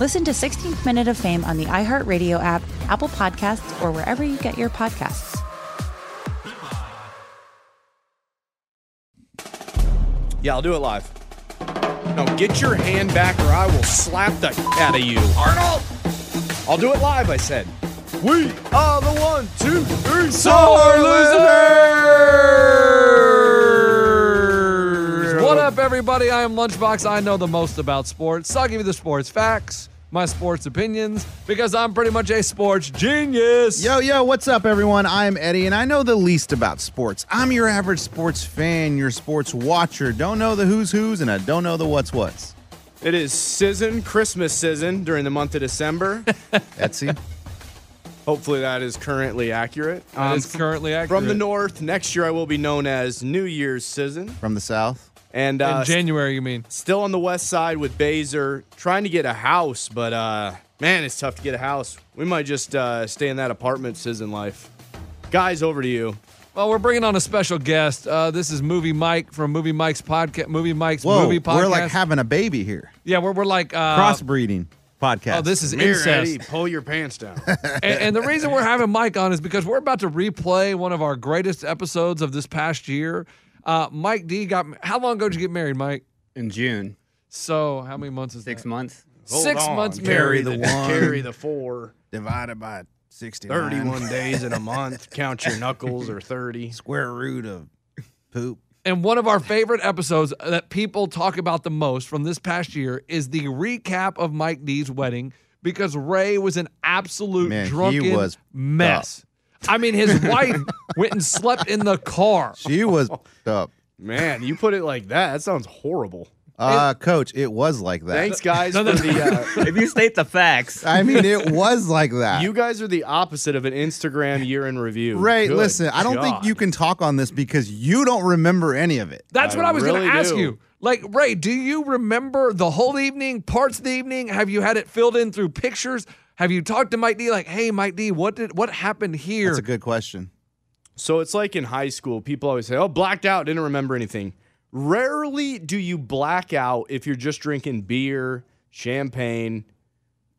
Listen to 16th Minute of Fame on the iHeartRadio app, Apple Podcasts, or wherever you get your podcasts. Yeah, I'll do it live. No, get your hand back or I will slap the out of you. Arnold! I'll do it live, I said. We are the one, two, three, sore losers! What up, everybody? I am Lunchbox. I know the most about sports. So I'll give you the sports facts, my sports opinions, because I'm pretty much a sports genius. Yo, yo, what's up, everyone? I'm Eddie, and I know the least about sports. I'm your average sports fan, your sports watcher. Don't know the who's who's, and I don't know the what's what's. It is season, Christmas season during the month of December. Etsy. Hopefully that is currently accurate. Um, That is currently accurate. From the north, next year I will be known as New Year's season. From the South. And In uh, January, you mean? still on the west side with Baser, trying to get a house, but uh, man, it's tough to get a house. We might just uh, stay in that apartment season life. Guys, over to you. Well, we're bringing on a special guest. Uh, this is Movie Mike from Movie Mike's podcast. Movie Mike's Whoa, movie podcast. we're like having a baby here. yeah, we're, we're like uh, Crossbreeding podcast. Oh, this is Here, incest. Eddie, pull your pants down. and, and the reason we're having Mike on is because we're about to replay one of our greatest episodes of this past year. Uh, Mike D got. How long ago did you get married, Mike? in June. So how many months is Six that? months. Hold Six on. months Carry married. the one. Carry the four. divided by 69. 31 days in a month. Count your knuckles or 30. Square root of poop. And one of our favorite episodes that people talk about the most from this past year is the recap of Mike D's wedding because Ray was an absolute Man, he drunken was mess. I mean, his wife went and slept in the car. She was up. Man, you put it like that. That sounds horrible. Uh, coach, it was like that. Thanks, guys, No, no, for the. Uh, If you state the facts, I mean, it was like that. you guys are the opposite of an Instagram year in review. Ray, Good listen, I don't think God. you can talk on this because you don't remember any of it. That's I what I was going really to ask do. you. Like, Ray, do you remember the whole evening, parts of the evening? Have you had it filled in through pictures? Have you talked to Mike D like, "Hey, Mike D, what did what happened here?" That's a good question. So it's like in high school, people always say, "Oh, blacked out, didn't remember anything." Rarely do you black out if you're just drinking beer, champagne,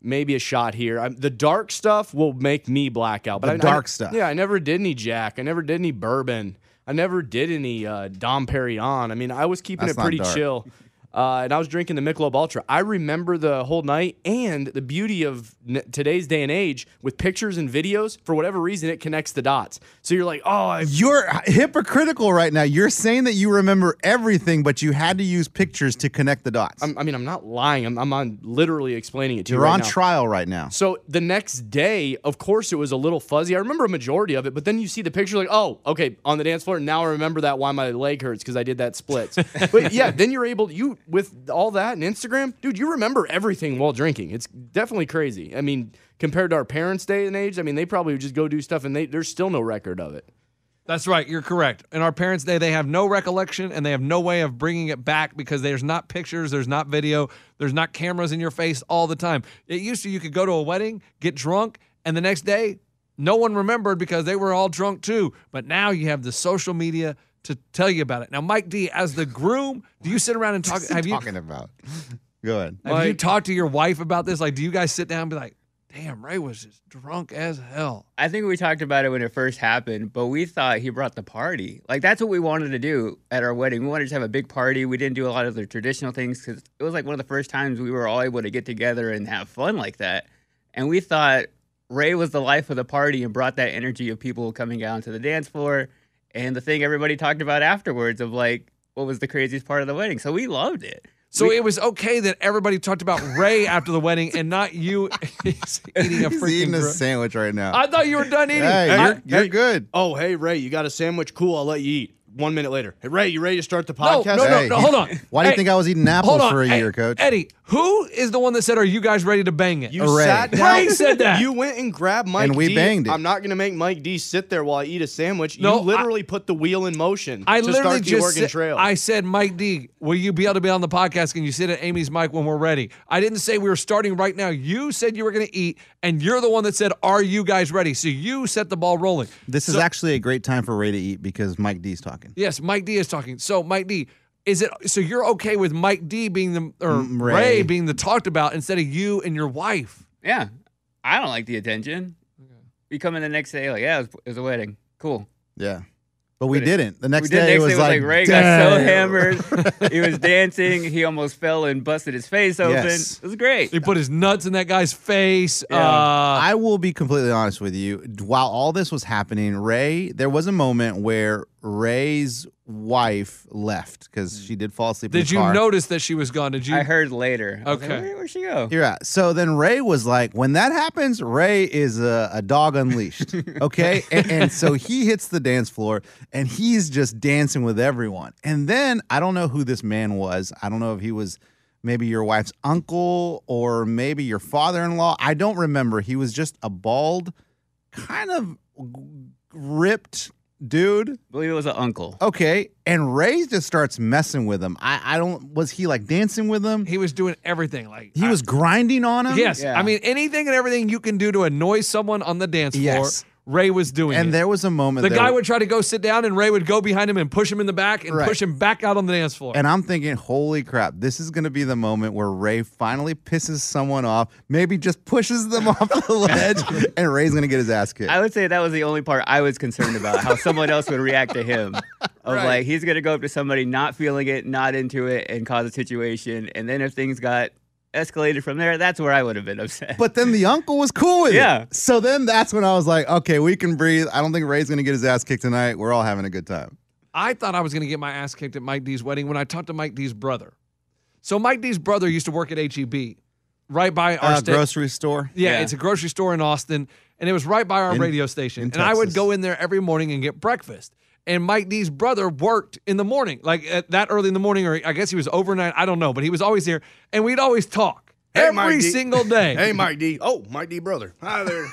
maybe a shot here. I'm, the dark stuff will make me black out. But The I, dark I- stuff. Yeah, I never did any Jack. I never did any bourbon. I never did any uh, Dom Perignon. I mean, I was keeping That's it not pretty dark. chill. Uh, and I was drinking the Michelob Ultra. I remember the whole night and the beauty of n- today's day and age with pictures and videos. For whatever reason, it connects the dots. So you're like, oh, I You're hypocritical right now. You're saying that you remember everything, but you had to use pictures to connect the dots. I'm, I mean, I'm not lying. I'm, I'm on literally explaining it to you. You're right on now. trial right now. So the next day, of course, it was a little fuzzy. I remember a majority of it, but then you see the picture, like, oh, okay, on the dance floor. Now I remember that why my leg hurts because I did that splits. but yeah, then you're able you with all that and Instagram, dude. You remember everything while drinking. It's definitely crazy. I mean, compared to our parents' day and age, I mean, they probably would just go do stuff, and they there's still no record of it. That's right. You're correct. In our parents' day, they have no recollection and they have no way of bringing it back because there's not pictures, there's not video, there's not cameras in your face all the time. It used to you could go to a wedding, get drunk, and the next day, no one remembered because they were all drunk too. But now you have the social media to tell you about it. Now, Mike D, as the groom, do you sit around and talk? Have you talking about? Go ahead. have you talked to your wife about this? Like, do you guys sit down and be like, damn, Ray was just drunk as hell. I think we talked about it when it first happened, but we thought he brought the party. Like that's what we wanted to do at our wedding. We wanted to have a big party. We didn't do a lot of the traditional things because it was like one of the first times we were all able to get together and have fun like that. And we thought Ray was the life of the party and brought that energy of people coming out to the dance floor and the thing everybody talked about afterwards of like what was the craziest part of the wedding. So we loved it. So it was okay that everybody talked about Ray after the wedding and not you He's eating a He's freaking. eating a gro- sandwich right now. I thought you were done eating. hey, I- you're, you're good. Oh, hey Ray, you got a sandwich? Cool, I'll let you eat. One minute later, hey Ray, you ready to start the no, no, podcast? no, no, Hey, Hold on. Why do you Hey, think I was eating apples hold on. for a Hey, year, Coach? Eddie, who is the one that said, "Are you guys ready to bang it"? You Hooray. sat Ray down. said that. You went and grabbed Mike And we D. banged it. I'm not going to make Mike D sit there while I eat a sandwich. No, you literally put the wheel in motion I to literally start the just Oregon said, Trail. I said, Mike D, will you be able to be on the podcast? Can you sit at Amy's mic when we're ready? I didn't say we were starting right now. You said you were going to eat, and you're the one that said, "Are you guys ready?" So you set the ball rolling. This is actually a great time for Ray to eat because Mike D's talking. Yes, Mike D is talking. So Mike D, is it so you're okay with Mike D being the or Mm, Ray. Ray. being the talked about instead of you and your wife? Yeah. I don't like the attention. We come in the next day like, yeah, it was, it was a wedding. Cool. Yeah. But we But it- didn't. The next we did day next was day like, Ray got so "Damn." hammered. he was dancing. He almost fell and busted his face open. Yes. It was great. He put his nuts in that guy's face. Uh, I will be completely honest with you. While all this was happening, Ray, there was a moment where Ray's wife left because she did fall asleep. in did the you car. notice that she was gone? Did you? I heard later. I was like, Okay. Where, would she go? Yeah. So then Ray was like, when that happens, Ray is a, a dog unleashed. Okay. and, and so he hits the dance floor and he's just dancing with everyone. And then I don't know who this man was. I don't know if he was maybe your wife's uncle or maybe your father in law. I don't remember. He was just a bald, kind of ripped dude. I believe it was an uncle. Okay. And Ray just starts messing with him. I, I don't, was he like dancing with him? He, he was doing everything like I- was grinding on him. Yes, Yeah. I mean anything and everything you can do to annoy someone on the dance floor. Yes. Ray was doing And it. there was a moment the there- guy would try to go sit down, and Ray would go behind him and push him in the back and Right. push him back out on the dance floor. and I'm thinking, holy crap, this is going to be the moment where Ray finally pisses someone off, maybe just pushes them off the ledge, and Ray's going to get his ass kicked. I would say that was the only part I was concerned about, how someone else would react to him. Of like he's gonna go up to somebody not feeling it, not into it, and cause a situation. And then if things got escalated from there, that's where I would have been upset. But then the uncle was cool with Yeah. it. So then that's when I was like, okay, we can breathe. I don't think Ray's going to get his ass kicked tonight. We're all having a good time. I thought I was going to get my ass kicked at Mike D's wedding when I talked to Mike D's brother. So Mike D's brother used to work at HEB, right by our Uh, sta- grocery store. Yeah, Yeah. it's a grocery store in Austin, and it was right by our In- radio station. in And I would Texas. go in there every morning and get breakfast. And Mike D's brother worked in the morning, like at that early in the morning, or I guess he was overnight. I don't know, but he was always here, and we'd always talk Hey, every Mike D. single day. hey Mike D. Oh, Mike D. Brother. Hi there.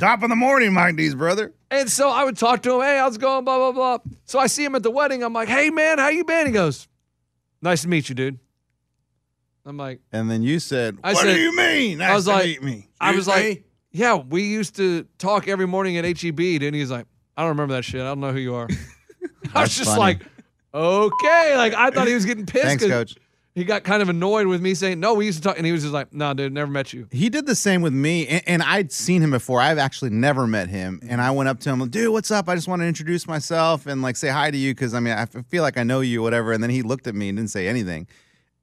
Top of the morning, Mike D's brother. And so I would talk to him, hey, how's it going? Blah, blah, blah. So I see him at the wedding. I'm like, hey man, how you been? He goes, Nice to meet you, dude. I'm like, And then you said, I what said- do you mean? Nice was to like- meet me. I was Excuse like, Yeah, we used to talk every morning at HEB, dude. And he's like, I don't remember that shit. I don't know who you are. I was That's just funny. like, okay. Like I thought he was getting pissed. Thanks, 'cause coach. He got kind of annoyed with me saying, No, we used to talk. And he was just like, nah, dude, never met you. He did the same with me, and, and I'd seen him before. I've actually never met him, and I went up to him, dude, what's up? I just want to introduce myself and like say hi to you because I mean I f- feel like I know you, whatever. And then he looked at me and didn't say anything,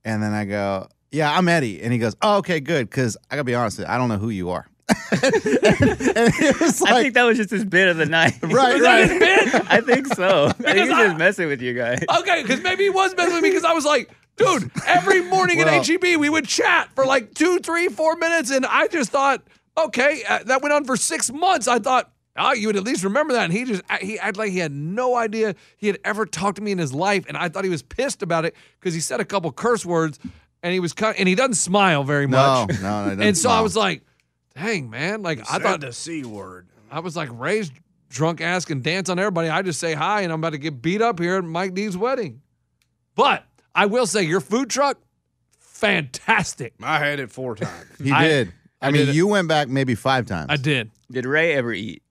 and then I go, yeah, I'm Eddie, and he goes, oh, okay, good, because I gotta be honest, with you, I don't know who you are. and, and it was I like, think that was just his bit of the night. right, right. I think so. I think he's I- just messing with you guys. Okay, because maybe he was messing with me because I was like, dude, every morning Well- at HEB we would chat for like two, three, four minutes, and I just thought, okay, uh, that went on for six months. I thought, oh, you would at least remember that. And he just uh, he acted like he had no idea he had ever talked to me in his life, and I thought he was pissed about it because he said a couple curse words, and he was cut, and he doesn't smile very No, much. no, no. it doesn't and so I smile. was like, dang man, like I thought the C word. I was like Ray's drunk ass can dance on everybody. I just say hi and I'm about to get beat up here at Mike D's wedding. But I will say your food truck, fantastic. I had it four times. he I- did. I, I mean, did it. you went back maybe five times. I did. Did Ray ever eat?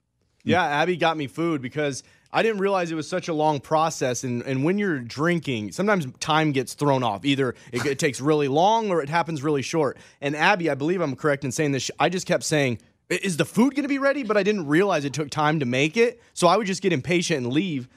yeah, Abby got me food because I didn't realize it was such a long process. And, and when you're drinking, sometimes time gets thrown off. Either it, it takes really long or it happens really short. And Abby, I believe I'm correct in saying this. I just kept saying, "I- Is the food going to be ready? But I didn't realize it took time to make it. So I would just get impatient and leave.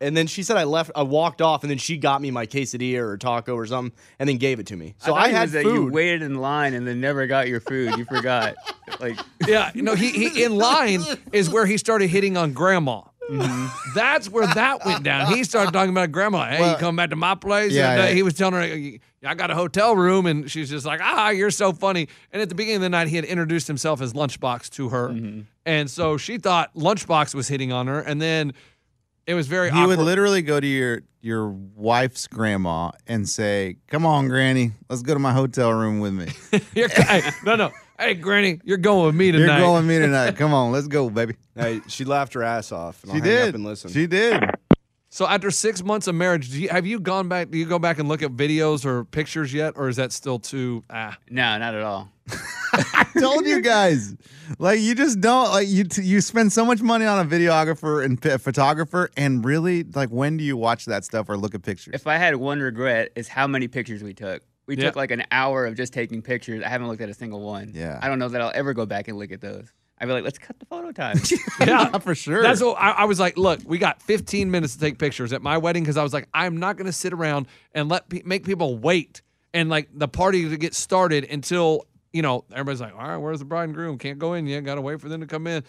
And then she said I left, I walked off, and then she got me my quesadilla or taco or something, and then gave it to me. So thought I, it had was that you food. waited in line and then never got your food. You forgot. like Yeah, you know, he, he in line is where he started hitting on grandma. Mm-hmm. That's where that went down. He started talking about grandma. Hey, you come back to my place. yeah, and, uh, yeah. He was telling her, I got a hotel room. And she's just like, ah, you're so funny. And at the beginning of the night, he had introduced himself as Lunchbox to her. Mm-hmm. And so she thought Lunchbox was hitting on her. And then it was very You awkward. would literally go to your your wife's grandma and say, "Come on, Granny, let's go to my hotel room with me. You're- hey, no, no. Hey, Granny, you're going with me You're tonight. going with me tonight. Come on, let's go, baby." Hey, she laughed her ass off. And She I'll hang did. Up and listen. She did. So after six months of marriage, do you, have you gone back? Do you go back and look at videos or pictures yet? Or is that still too, ah? no, not at all. Told you guys, like you just don't like you. T- you spend so much money on a videographer and p- photographer, and really, like, when do you watch that stuff or look at pictures? If I had one regret, is how many pictures we took. We Yeah. took like an hour of just taking pictures. I haven't looked at a single one. Yeah. I don't know that I'll ever go back and look at those. I'd be like, let's cut the photo time. Yeah. for sure. That's what I, I was like. Look, we got 15 minutes to take pictures at my wedding because I was like, I'm not going to sit around and let pe- make people wait and like the party to get started until you know everybody's like, all right, where's the bride and groom? Can't go in yet. Got to wait for them to come in.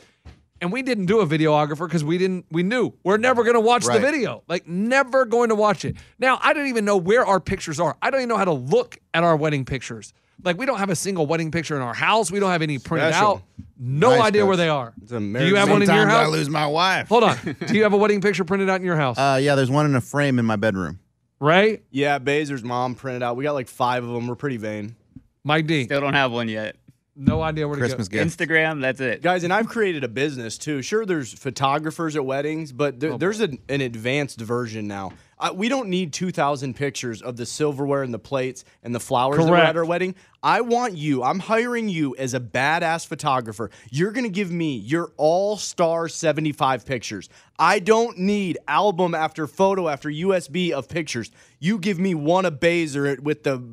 And we didn't do a videographer because we didn't. We knew we're never going to watch the Right. video. Like never going to watch it. Now I don't even know where our pictures are. I don't even know how to look at our wedding pictures. Like we don't have a single wedding picture in our house. We don't have any printed Special. out. No Nice, idea where guys. they are. It's a Do you marriage have one in your Sometimes I house? lose my wife. Hold on. Do you have a wedding picture printed out in your house? Uh, yeah, there's one in a frame in my bedroom. right? Yeah, Bazer's mom printed out. We got like five of them. We're pretty vain. Mike D. Still don't have one yet. No idea where to Christmas go. gift. Instagram, that's it. Guys, and I've created a business too. Sure, there's photographers at weddings, but there, there's an, an advanced version now. I, we don't need 2,000 pictures of the silverware and the plates and the flowers that were Correct. at our wedding. I want you, I'm hiring you as a badass photographer. You're going to give me your all star 75 pictures. I don't need album after photo after USB of pictures. You give me one of Baser with the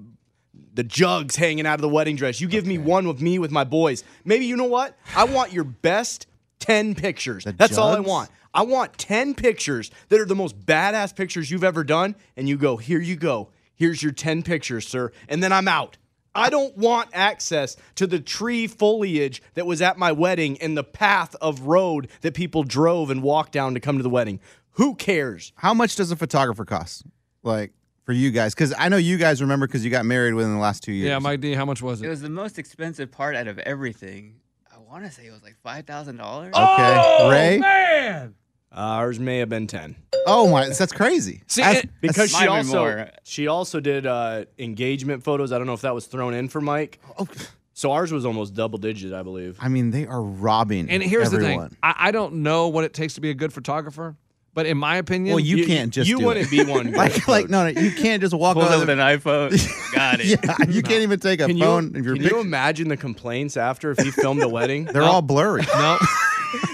the jugs hanging out of the wedding dress. You give me one with me with my boys. Maybe you know what? I want your best 10 pictures. That's all I jugs? want. I want 10 pictures that are the most badass pictures you've ever done and you go, "Here you go. Here's your 10 pictures, sir." And then I'm out. I don't want access to the tree foliage that was at my wedding and the path of road that people drove and walked down to come to the wedding. Who cares? how much does a photographer cost? Like for you guys, because I know you guys remember because you got married within the last two years. Yeah, Mike D. How much was It it? was the most expensive part out of everything. I want to say it was like five thousand dollars. Oh, Okay, Ray. man. Ours may have been 10. Oh my, that's crazy. See, That's- it- because she Mine were also more- she also did uh, engagement photos. I don't know if that was thrown in for Mike. oh, So ours was almost double digit, I believe. I mean, they are robbing. and here's everyone. the thing. I, I don't know what it takes to be a good photographer, but in my opinion, Well, you, can't just you do wouldn't it. be one. like like no, no, you can't just walk Pulls over up with an iPhone. Got it. Yeah, you can't even take a Can you, phone. if you're can you imagine the complaints after if he filmed a wedding? They're all blurry. no.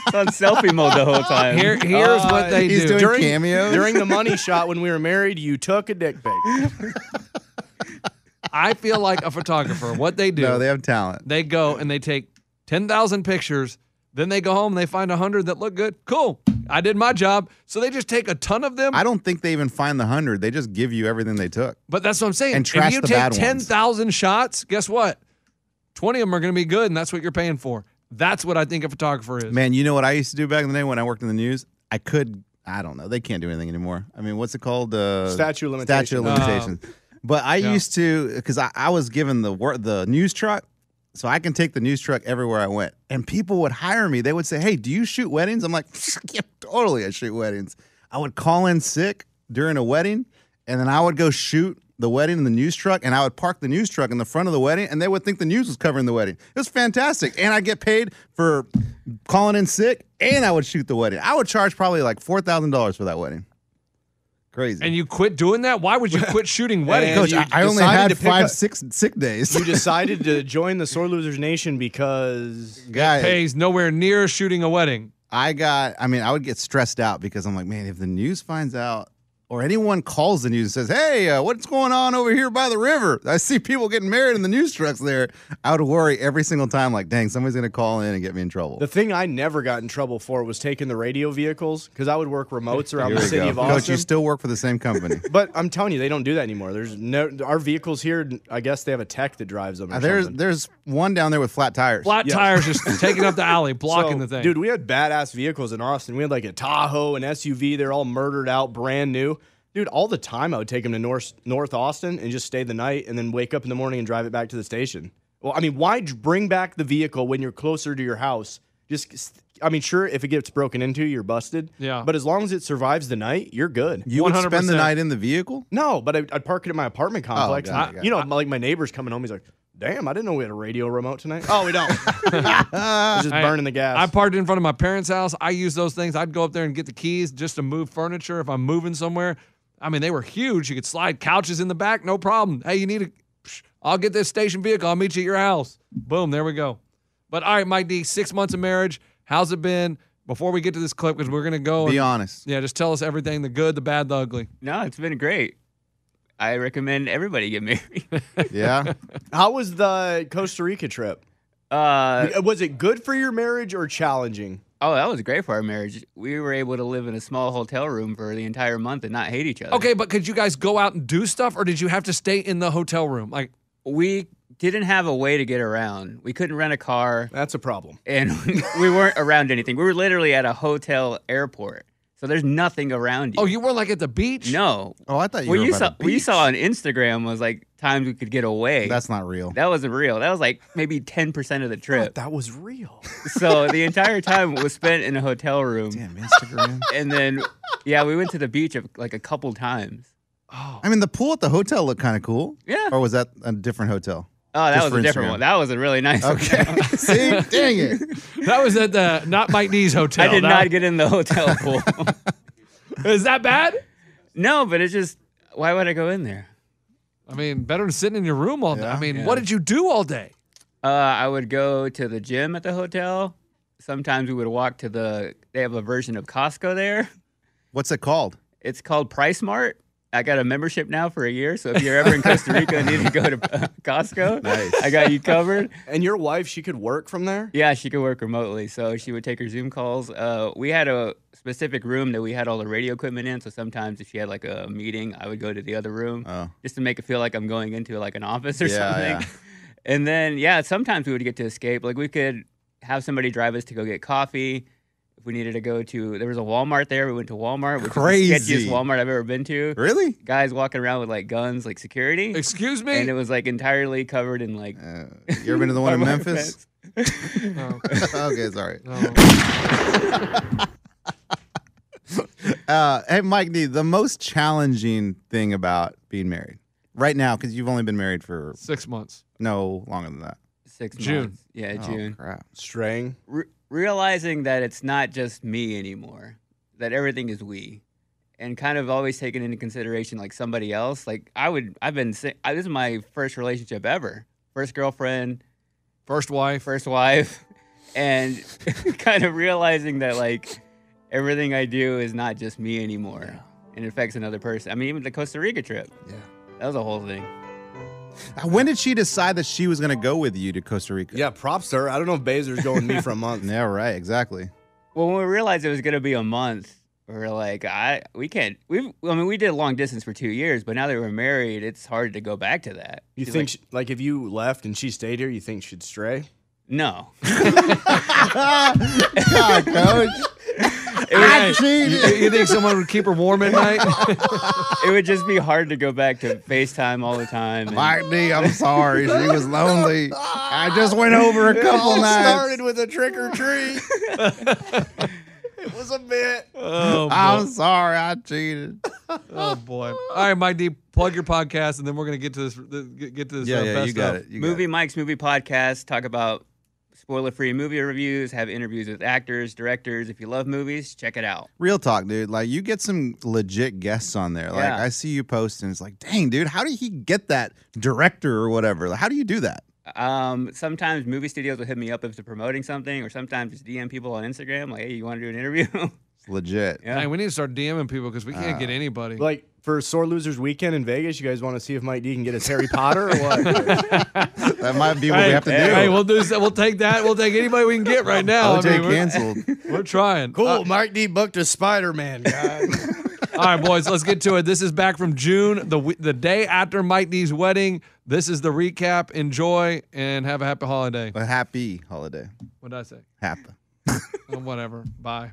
It's on selfie mode the whole time. Here, here's what they Uh, He's do. doing during, cameos. during the money shot when we were married, you took a dick pic. I feel like a photographer. What they do, no, they they, have talent. go and they take ten thousand pictures. Then they go home and they find hundred that look good. Cool. I did my job. So they just take a ton of them. I don't think they even find the hundred. They just give you everything they took. But that's what I'm saying. And trash if you the take bad ones. 10,000 shots, guess what? 20 of them are going to be good, and that's what you're paying for. That's what I think a photographer is. Man, you know what I used to do back in the day when I worked in the news? I could, I don't know. They can't do anything anymore. I mean, what's it called? Uh, Statute of Statue of limitations. limitations. but I yeah. used to, because I, I was given the wor- the news truck, so I can take the news truck everywhere I went. And people would hire me. They would say, "Hey, do you shoot weddings?" I'm like, "Yeah, totally, I shoot weddings." I would call in sick during a wedding, and then I would go shoot the wedding in the news truck, and I would park the news truck in the front of the wedding, and they would think the news was covering the wedding. It was fantastic, and I get paid for calling in sick, and I would shoot the wedding. I would charge probably like four thousand dollars for that wedding. Crazy. And you quit doing that? Why would you quit shooting weddings? And Coach, you I, I only decided had to pick five, up- six sick days. You decided to join the Sore Losers Nation because Guy, Pays nowhere near shooting a wedding. I got, I mean, I would get stressed out because I'm like, man, if the news finds out or anyone calls the news and says, hey, uh, what's going on over here by the river? I see people getting married in the news trucks there. I would worry every single time, like, dang, somebody's going to call in and get me in trouble. The thing I never got in trouble for was taking the radio vehicles because I would work remotes around the Here we city go. of Coach, you Austin. still work for the same company. but I'm telling you, they don't do that anymore. There's no our vehicles here. I guess they have a tech that drives them. Or Uh, there's something. there's one down there with flat tires. Flat Yeah. tires just taking up the alley, blocking So, the thing. Dude, we had badass vehicles in Austin. We had like a Tahoe, an SUV. They're all murdered out, brand new. Dude, all the time I would take them to North North Austin and just stay the night, and then wake up in the morning and drive it back to the station. Well, I mean, why d- bring back the vehicle when you're closer to your house? Just, s- I mean, sure, if it gets broken into, you're busted. Yeah. But as long as it survives the night, you're good. you would spend the 100%. night in the vehicle? No, but I, I'd park it at my apartment complex. got it, and, got you know, like my neighbor's coming home. He's like, "Damn, I didn't know we had a radio remote tonight." Uh, Oh, we don't. It's just Hey, burning the gas. I parked in front of my parents' house. I use those things. I'd go up there and get the keys just to move furniture if I'm moving somewhere. I mean, they were huge. You could slide couches in the back, no problem. Hey, you need a? psh, I'll get this station vehicle. I'll meet you at your house. Boom, there we go. But all right, Mike D, six months of marriage. How's it been? Before we get to this clip, because we're gonna go. Be and- honest. Yeah, just tell us everything: the good, the bad, the ugly. No, it's been great. I recommend everybody get married. Yeah. How was the Costa Rica trip? Uh, Was it good for your marriage or challenging? oh, that was great for our marriage. We were able to live in a small hotel room for the entire month and not hate each other. Okay, but could you guys go out and do stuff, or did you have to stay in the hotel room? Like, We didn't have a way to get around. We couldn't rent a car That's a problem. and we weren't around anything. We were literally at a hotel airport. So there's nothing around you. oh, you weren't like at the beach? No. Oh, I thought you what were you by saw the what you beach. saw on Instagram was like times we could get away. That's not real. that wasn't real. That was like maybe 10% of the trip. That was real. so the entire time was spent in a hotel room. Damn, Instagram. And then, yeah, we went to the beach a- like a couple times. I mean, the pool at the hotel looked kind of cool. Yeah. Or was that a different hotel? Oh, that Just was for a different Instagram. one. That was a really nice Okay. hotel. See? Dang it. that was at the not Mike D's hotel. I did That- not get in the hotel pool. Is that bad? no, but it's just, why would I go in there? I mean, better than sitting in your room all day. I Yeah. mean, what did you do all day? Uh, I would go to the gym at the hotel. Sometimes we would walk to the, they have a version of Costco there. What's it called? It's called Price Mart. I got a membership now for a year. So if you're ever in Costa Rica and need to go to uh, Costco, I got you covered. and your wife, she could work from there? Yeah, she could work remotely, so she would take her Zoom calls. Uh, we had a specific room that we had all the radio equipment in, so sometimes if she had like a meeting, I would go to the other room Oh. just to make it feel like I'm going into like an office or Yeah, yeah. something. And then yeah, sometimes we would get to escape. Like we could have somebody drive us to go get coffee. If we needed to go to, there was a Walmart there. We went to Walmart, which is the Crazy. sketchiest Walmart I've ever been to. Really? Guys walking around with like guns, like security, Excuse me? and it was like entirely covered in like. Uh, you ever been to the one in Walmart Memphis? No. okay, sorry. No. Uh, hey, Mike D, the most challenging thing about being married right now, because you've only been married for Six months. no longer than that. Six June. months. Yeah, June. Oh, crap. Straying. re- realizing that it's not just me anymore, that everything is we, and kind of always taking into consideration like somebody else. Like I would, I've been si- I, this is my first relationship ever, first girlfriend, First wife. first wife, and kind of realizing that like everything I do is not just me anymore, and it affects another person. I mean, even the Costa Rica trip. Yeah, that was a whole thing. Uh, When did she decide that she was going to go with you to Costa Rica? Yeah, props to her. I don't know if Bazer's going with me for a month. Yeah, right. Exactly. Well, when we realized it was gonna be a month, we were like, I we can't. We I mean, we did long distance for two years, but now that we're married, it's hard to go back to that. You She's think, like, she, like, if you left and she stayed here, you think she'd stray? no? God, Ah! coach. I You, cheated. you think someone would keep her warm at night? it would just be hard to go back to FaceTime all the time. and- Mike D, I'm sorry. She was lonely. I just went over a couple nights. with a trick or treat. it was a bit. oh, I'm boy. sorry. I cheated. oh, boy. All right, Mike D, plug your podcast, and then we're going to get to this. the- Get get to this. uh, best of. movie Mike's movie podcast talk about spoiler free movie reviews, have interviews with actors, directors. If you love movies, check it out. Real talk, dude. Like you get some legit guests on there. Like Yeah. I see you post and it's like, dang, dude, how did he get that director or whatever? Like, how do you do that? Um, sometimes movie studios will hit me up if they're promoting something, or sometimes just DM people on Instagram like, "Hey, you want to do an interview?" It's legit. Yeah. Hey, we need to start DMing people because we can't Uh, get anybody. Like for Sore Losers Weekend in Vegas, you guys want to see if Mike D can get his Harry Potter or what? That might be what we have to do. Hey, we'll do. We'll take that. We'll take anybody we can get right now. OJ we're- canceled. We're, trying. Uh, cool. Mike D booked a Spider Man, guys. All right, boys, let's get to it. This is back from June, the we- the day after Mike D's wedding. This is the recap. Enjoy and have a happy holiday. a happy holiday. What did I say? Happy. Oh, whatever. Bye.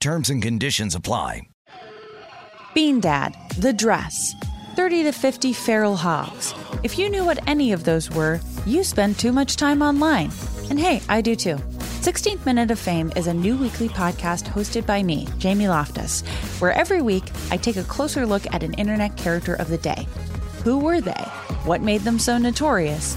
Terms and conditions apply. Bean Dad, The Dress, 30 to 50 Feral Hogs. If you knew what any of those were, you spend too much time online. And hey, I do too. 16th Minute of Fame is a new weekly podcast hosted by me, Jamie Loftus, where every week I take a closer look at an internet character of the day. Who were they? What made them so notorious?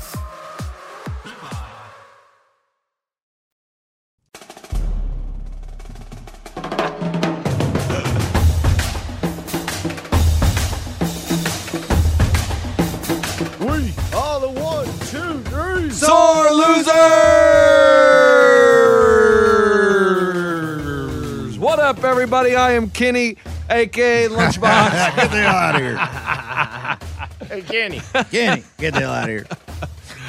we are the one, two, three. Sore losers. What up, everybody? I am Kenny, aka Lunchbox. Get the hell out of here. Hey, Kenny. Kenny, get the hell out of here.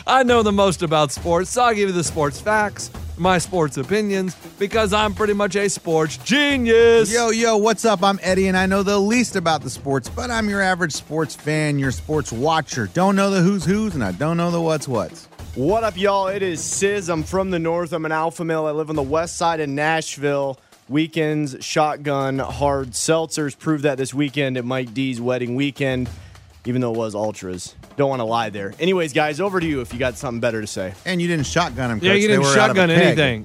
I know the most about sports, so I'll give you the sports facts, my sports opinions, because I'm pretty much a sports genius. Yo, yo, what's up? I'm Eddie, and I know the least about the sports, but I'm your average sports fan, your sports watcher. Don't know the who's who's, and I don't know the what's what's. What up, y'all? It is Sis. I'm from the north. I'm an alpha male. I live on the west side of Nashville. Weekends, shotgun, hard seltzers. Proved that this weekend at Mike D's wedding weekend, even though it was ultras. Don't want to lie there. Anyways, guys, over to you if you got something better to say. And you didn't shotgun him. yeah, Chris. you They didn't were out of a shotgun keg. anything.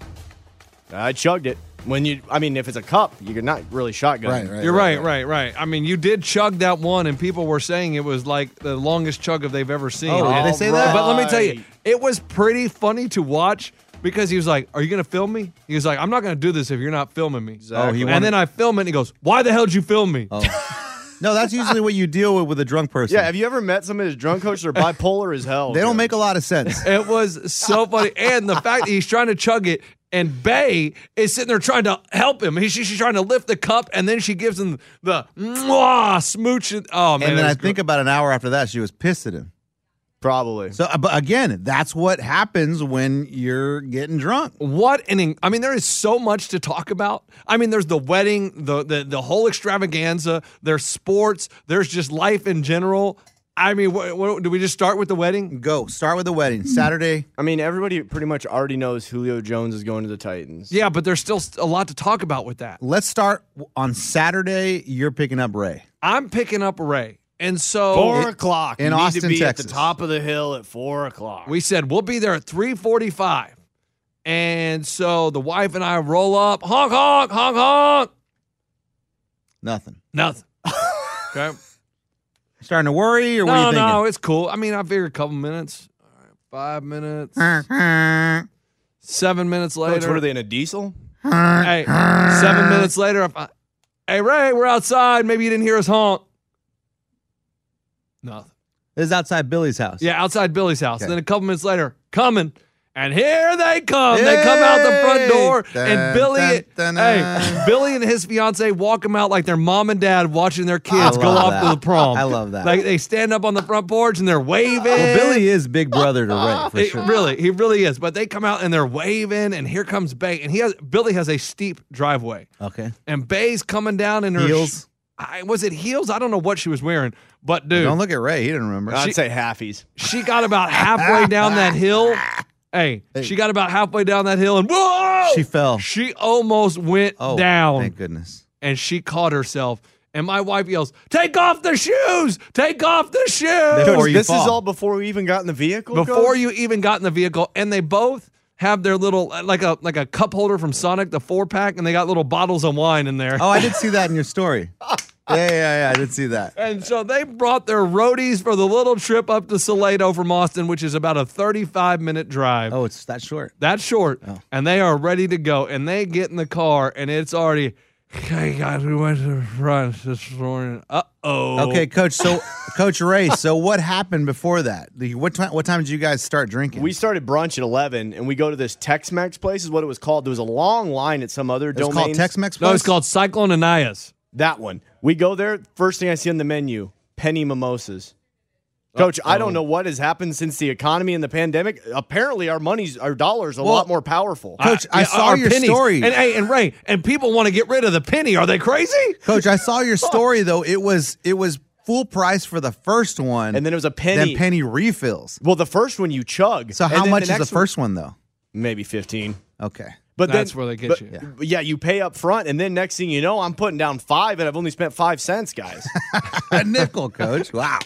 I chugged it. When you, I mean, if it's a cup, you're not really shotgun. Right, right. You're right, right, right. I mean, you did chug that one, and people were saying it was like the longest chug of they've ever seen. Oh, yeah, they say that? But let me tell you, Alright. it was pretty funny to watch because he was like, "Are you gonna film me?" He was like, "I'm not gonna do this if you're not filming me." Oh, he wanted- Oh. and then I film it, and he goes, "Why the hell did you film me?" No, that's usually what you deal with with a drunk person. Yeah, have you ever met somebody that's drunk coach? They're bipolar as hell. they don't dude. make a lot of sense. It was so funny. And the fact that he's trying to chug it and Bay is sitting there trying to help him. He, she- she's trying to lift the cup and then she gives him the mwah, smooch. Oh, man. and then it I was think about an hour after that, she was pissed at him. Probably. So, uh, but again, that's what happens when you're getting drunk. what an in- I mean, there is so much to talk about. I mean, there's the wedding, the the, the whole extravaganza. There's sports. There's just life in general. I mean, what, what, do we just start with the wedding? Go start with the wedding Hmm. Saturday. I mean, everybody pretty much already knows Julio Jones is going to the Titans. Yeah, but there's still a lot to talk about with that. Let's start on Saturday. You're picking up Ray. I'm picking up Ray, and so Four o'clock Oh, in You need Austin, to be Texas. At the top of the hill at four o'clock. We said we'll be there at 345. And so the wife and I roll up, honk, honk, honk, honk. Nothing. Nothing. okay. Starting to worry, or what No, no, are you it's cool. I mean, I figured a couple minutes, All right, five minutes, thinking? seven minutes Coach, later. what are they in a diesel? hey, seven minutes later, I fi- hey Ray, we're outside. Maybe you didn't hear us honk. Nothing. This is outside Billy's house. Yeah, outside Billy's house. Okay. Then a couple minutes later, coming. And here they come. They come out the front Yay! door, Dun, and Billy, dun, dun, hey, dun. Billy and his fiance walk them out like their mom and dad watching their kids I go love off to that. the prom. I love that. Like they stand up on the front porch and they're waving. Well, Billy is big brother to Ray for It sure. really, he really is. But they come out and they're waving, and here comes Bay, and he has Billy has a steep driveway, Okay. and Bay's coming down in her Heels? I, was it heels? I don't know what she was wearing, but dude, Don't look at Ray. He didn't remember. I'd say halfies. she got about halfway down that hill. Hey, she got about halfway down that hill, and whoa, Oh. She fell. She almost went oh, down Thank goodness. and she caught herself. And my wife yells, "Take off the shoes! Take off the shoes!" Before Coach, you this is fall. all before we even got in the vehicle. Oh, before Coach? you even got in the vehicle, and they both have their little uh, like a like a cup holder from Sonic, the four pack, and they got little bottles of wine in there. Oh, I did see that in your story. Yeah, yeah, yeah. I did see that. And so they brought their roadies for the little trip up to Salado from Austin, which is about a 35 minute drive. Oh, it's that short. That's short. And they are ready to go. And they get in the car, and it's already, hey, guys, we went to France this morning. Uh oh. Okay, coach. So, Coach Ray. So, what happened before that? The- What time? What time did you guys start drinking? We started brunch at eleven, and we go to this Tex-Mex place. Is what it was called. There was a long line at some other It was domain. called Tex-Mex. No, it's place? called Cyclone Ananias. That one. We go there. First thing I see on the menu: penny mimosas. Uh, Coach, I oh. don't know what has happened since the economy and the pandemic. Apparently, our money's, our dollars, a lot more powerful. Coach, I yeah, saw our your pennies. story. And, hey, and Ray, and people want to get rid of the penny. Are they crazy? Coach, I saw your story though. It was it was full price for the first one, And then it was a penny. Then penny refills. well, the first one you chug. So, and how then much is the next first one though? One, maybe fifteen. Okay. But That's then, where they get but- you. Yeah. you pay up front, and then next thing you know, I'm putting down five, and I've only spent five cents, guys. A nickel, coach. Wow.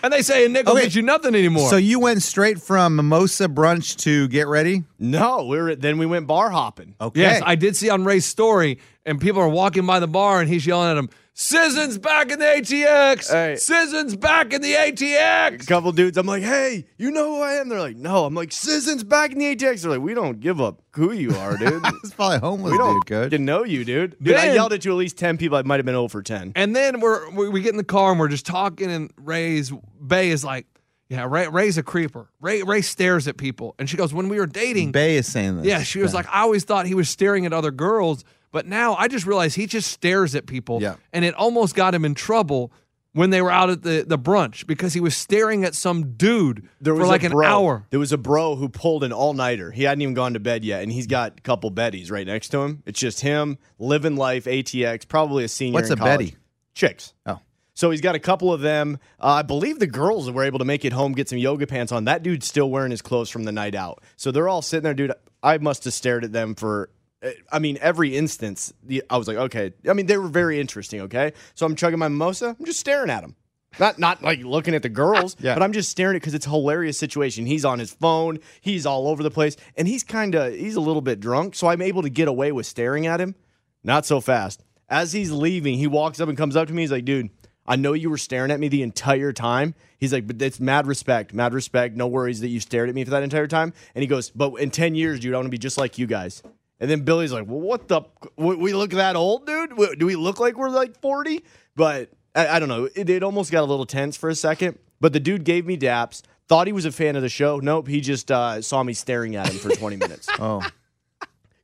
And they say a nickel Okay. gets you nothing anymore. So you went straight from mimosa brunch to get ready. no, we were then we went bar hopping. Okay. Yes, I did see on Ray's story, and people are walking by the bar, and he's yelling at them, Sisson's back in the ATX! Hey. Sisson's back in the ATX! couple dudes. I'm like, hey, you know who I am? They're like, no. I'm like, Sisson's back in the ATX. They're like, we don't give up who you are, dude. It's probably a homeless we don't dude, coach. didn't know you, dude. Dude, I Then- yelled at you at least ten people. I might have been over ten. And then we're, we, we get in the car, and we're just talking, and Ray's, Bay is like, yeah, Ray, Ray's a creeper. Ray, Ray stares at people, and she goes, when we were dating, Bay is saying this. yeah, she was like, I always thought he was staring at other girls, but now I just realized he just stares at people. Yeah. And it almost got him in trouble when they were out at the, the brunch because he was staring at some dude There was for like a an bro, hour. There was a bro who pulled an all nighter. He hadn't even gone to bed yet, and he's got a couple Bettys right next to him. It's just him living life. ATX, probably a senior. What's in a college. Betty? Chicks. Oh. So he's got a couple of them. Uh, I believe the girls were able to make it home, get some yoga pants on. That dude's still wearing his clothes from the night out. So they're all sitting there, dude. I must have stared at them for, uh, I mean, every instance. The- I was like, okay. I mean, they were very interesting. Okay, so I'm chugging my mimosa. I'm just staring at them. Not not like looking at the girls, Yeah. but I'm just staring at because it's a hilarious situation. He's on his phone, he's all over the place, and he's kind of he's a little bit drunk, so I'm able to get away with staring at him. Not so fast. As he's leaving, he walks up and comes up to me. He's like, dude, I know you were staring at me the entire time. He's like, but it's mad respect, mad respect. No worries that you stared at me for that entire time. And he goes, but in 10 years, dude, I want to be just like you guys. And then Billy's like, well, what the? We we look that old, dude? We- Do we look like we're like 40? But I, I don't know. It, it almost got a little tense for a second. But the dude gave me daps, thought he was a fan of the show. Nope, he just uh, saw me staring at him for 20 minutes oh,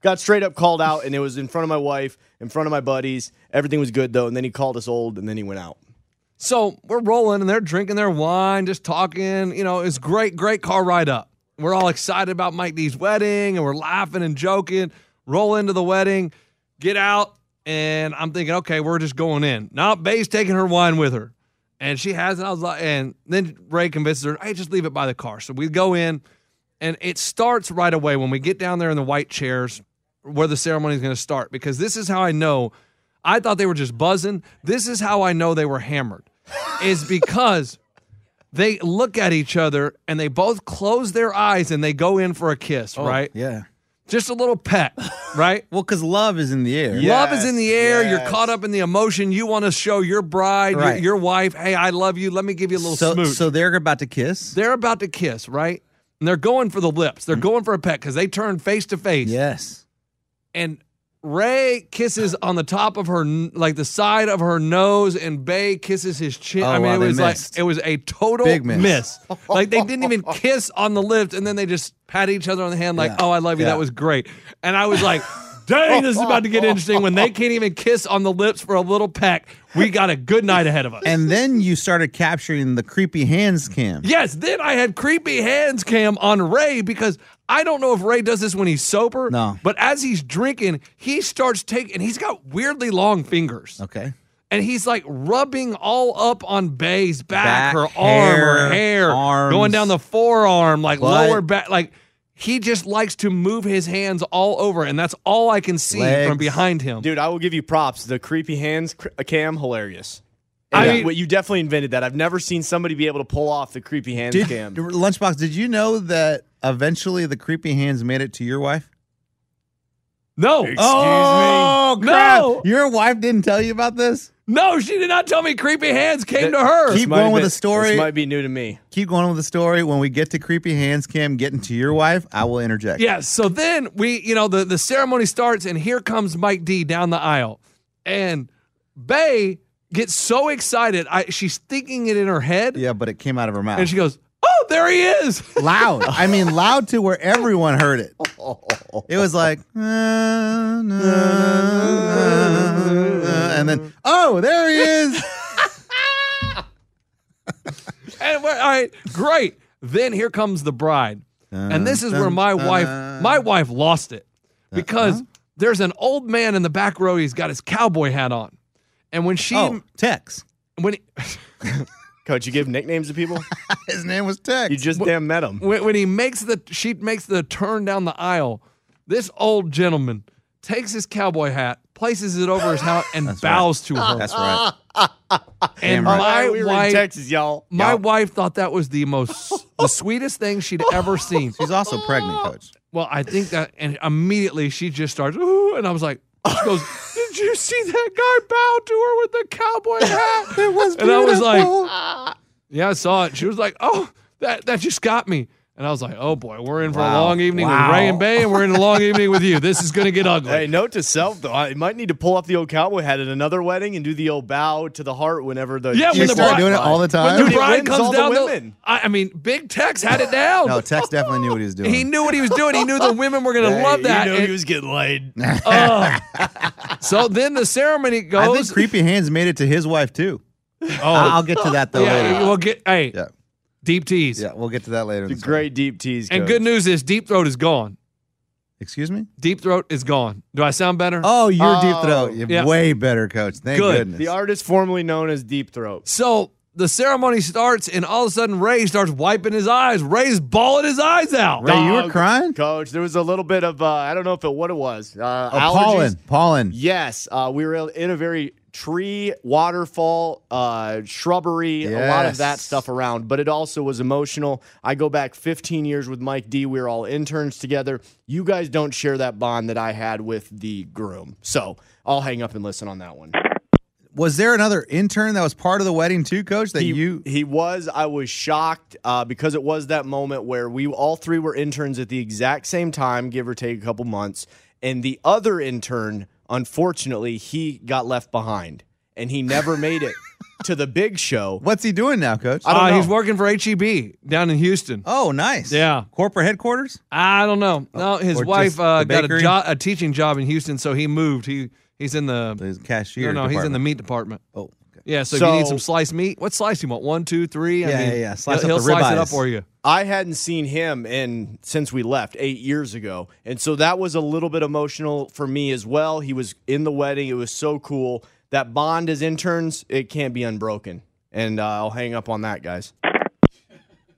got straight up called out, and it was in front of my wife, in front of my buddies. Everything was good though, and then he called us old, and then he went out. So we're rolling and they're drinking their wine, just talking. You know, it's great, great car ride up. We're all excited about Mike D's wedding and we're laughing and joking. Roll into the wedding, get out, and I'm thinking, okay, we're just going in. Now Bay's taking her wine with her. And she has, and I was like, and then Ray convinces her, hey, just leave it by the car. So we go in, and it starts right away when we get down there in the white chairs where the ceremony is going to start because this is how I know I thought they were just buzzing. This is how I know they were hammered is because they Oh. look at each other and they both close their eyes and they go in for a kiss, right? yeah. Just a little pet, right? Well, because love is in the air. Love is in the air. You're caught up in the emotion. You want to show your bride, your- Right. your, wife, hey, I love you. Let me give you a little So, smooch. so they're about to kiss. they're about to kiss, right? And they're going for the lips. Mm. They're going for a pet because they turn face to face. Yes. And Ray kisses on the top of her, n- like the side of her nose, and Bay kisses his chin. Oh, I mean, wow, it they was missed. like it was a total Big miss. like they didn't even kiss on the lips, and then they just pat each other on the hand, like, Yeah. "Oh, I love you. Yeah. That was great." And I was like. Dang, this is about to get interesting when they can't even kiss on the lips for a little peck. We got a good night ahead of us. And then you started capturing the creepy hands cam. Yes, then I had creepy hands cam on Ray because I don't know if Ray does this when he's sober. No. But as he's drinking, he starts taking, and he's got weirdly long fingers. Okay. And he's like rubbing all up on Bay's back, her Back, arm, her hair, hair, arms, going down the forearm, like butt. lower back. Like he just likes to move his hands all over, and that's all I can see Legs. from behind him. Dude, I will give you props. The creepy hands cr- uh, cam, hilarious. I I mean- mean, you definitely invented that. I've never seen somebody be able to pull off the creepy hands Did, cam. Lunchbox, did you know that eventually the creepy hands made it to your wife? No. oh, crap. No. Your wife didn't tell you about this? No, she did not tell me creepy hands came Th- to her. This Keep might have going with been- the story. This might be new to me. Keep going with the story. When we get to creepy hands cam getting to your wife, I will interject. Yeah. So then we, you know, the, the ceremony starts, and here comes Mike D down the aisle. And Bay gets so excited. I, she's thinking it in her head. Yeah, but it came out of her mouth. And she goes, Oh, there he is. loud. I mean, loud to where everyone heard it. It was like, "Na, na, na, na," and then, oh, there he is. And we're, all right, great. Then here comes the bride. And this is where my wife, my wife lost it Uh-huh. because there's an old man in the back row. He's got his cowboy hat on. And when she, Oh, Tex. when, he, Coach, you give nicknames to people? His name was You Tex. just damn met them. when, when he makes the she makes the turn down the aisle, this old gentleman takes his cowboy hat, places it over his hat, and bows to her. That's right. and right. my we were in wife, Texas, y'all. my Y'all- wife thought that was the most the sweetest thing she'd ever seen. She's also pregnant, coach. Well, I think that, and immediately she just starts, ooh, and I was like, she goes, did you see that guy bow to her with the cowboy hat? it was And I was like, yeah, I saw it. She was like, oh, that, that just got me. And I was like, oh boy, we're in for a long evening with Ray and Bay, and we're in a long evening with you. This is going to get ugly. Hey, note to self though, I might need to pull off the old cowboy hat at another wedding and do the old bow to the heart whenever the Yeah, You when the start bride- doing it all the when time. the Dude, it bride wins comes all the down, the women. I, I mean, Big Tex had it down. No, Tex definitely knew what he was doing. he knew what he was doing. He knew the women were going to Hey, love that. You know and- he was getting laid. Ugh. so then the ceremony goes. I think creepy hands made it to his wife too. Oh, I'll get to that though yeah, later. we'll get hey Yeah. deep tease. Yeah, we'll get to that later. in It's the a story. great deep tease. And Coach. good news is deep throat is gone. Excuse me. Deep throat is gone. Do I sound better? Oh, you're deep throat. You're Yeah. way better, coach. Thank Good. goodness. The artist formerly known as Deep Throat. So the ceremony starts, and all of a sudden Ray starts wiping his eyes. Ray's bawling his eyes out. Ray, you were Dog. crying. Coach, there was a little bit of uh, I don't know if it what it was. Uh, Oh, allergies. pollen. Pollen. Yes, uh, we were in a very tree, waterfall, uh, shrubbery, a lot of that Yes. stuff around, but it also was emotional. I go back 15 years with Mike D. We were all interns together. You guys don't share that bond that I had with the groom. So I'll hang up and listen on that one. Was there another intern that was part of the wedding too, coach? That he, you he was i was shocked uh, because it was that moment where we all three were interns at the exact same time give or take a couple months and the other intern unfortunately he got left behind and he never made it to the big show What's he doing now, coach? I don't Uh, know. he's working for HEB down in Houston. oh, nice. Yeah. Corporate headquarters? I don't know. No, his Oh, Or wife just uh, the got a bakery? job, a teaching job in Houston, so he moved. He he's in the His cashier. no, no, he's in the department. meat department. Oh, okay. Yeah, so, if you need So- some sliced meat, what slice you want? One, two, three. I Yeah, mean, yeah, yeah. Slice he'll, up the he'll slice it ribeyes. up for you. I hadn't seen him in since we left eight years ago, and so that was a little bit emotional for me as well. He was in the wedding; it was so cool. That bond as interns, it can't be unbroken. And uh, I'll hang up on that, guys.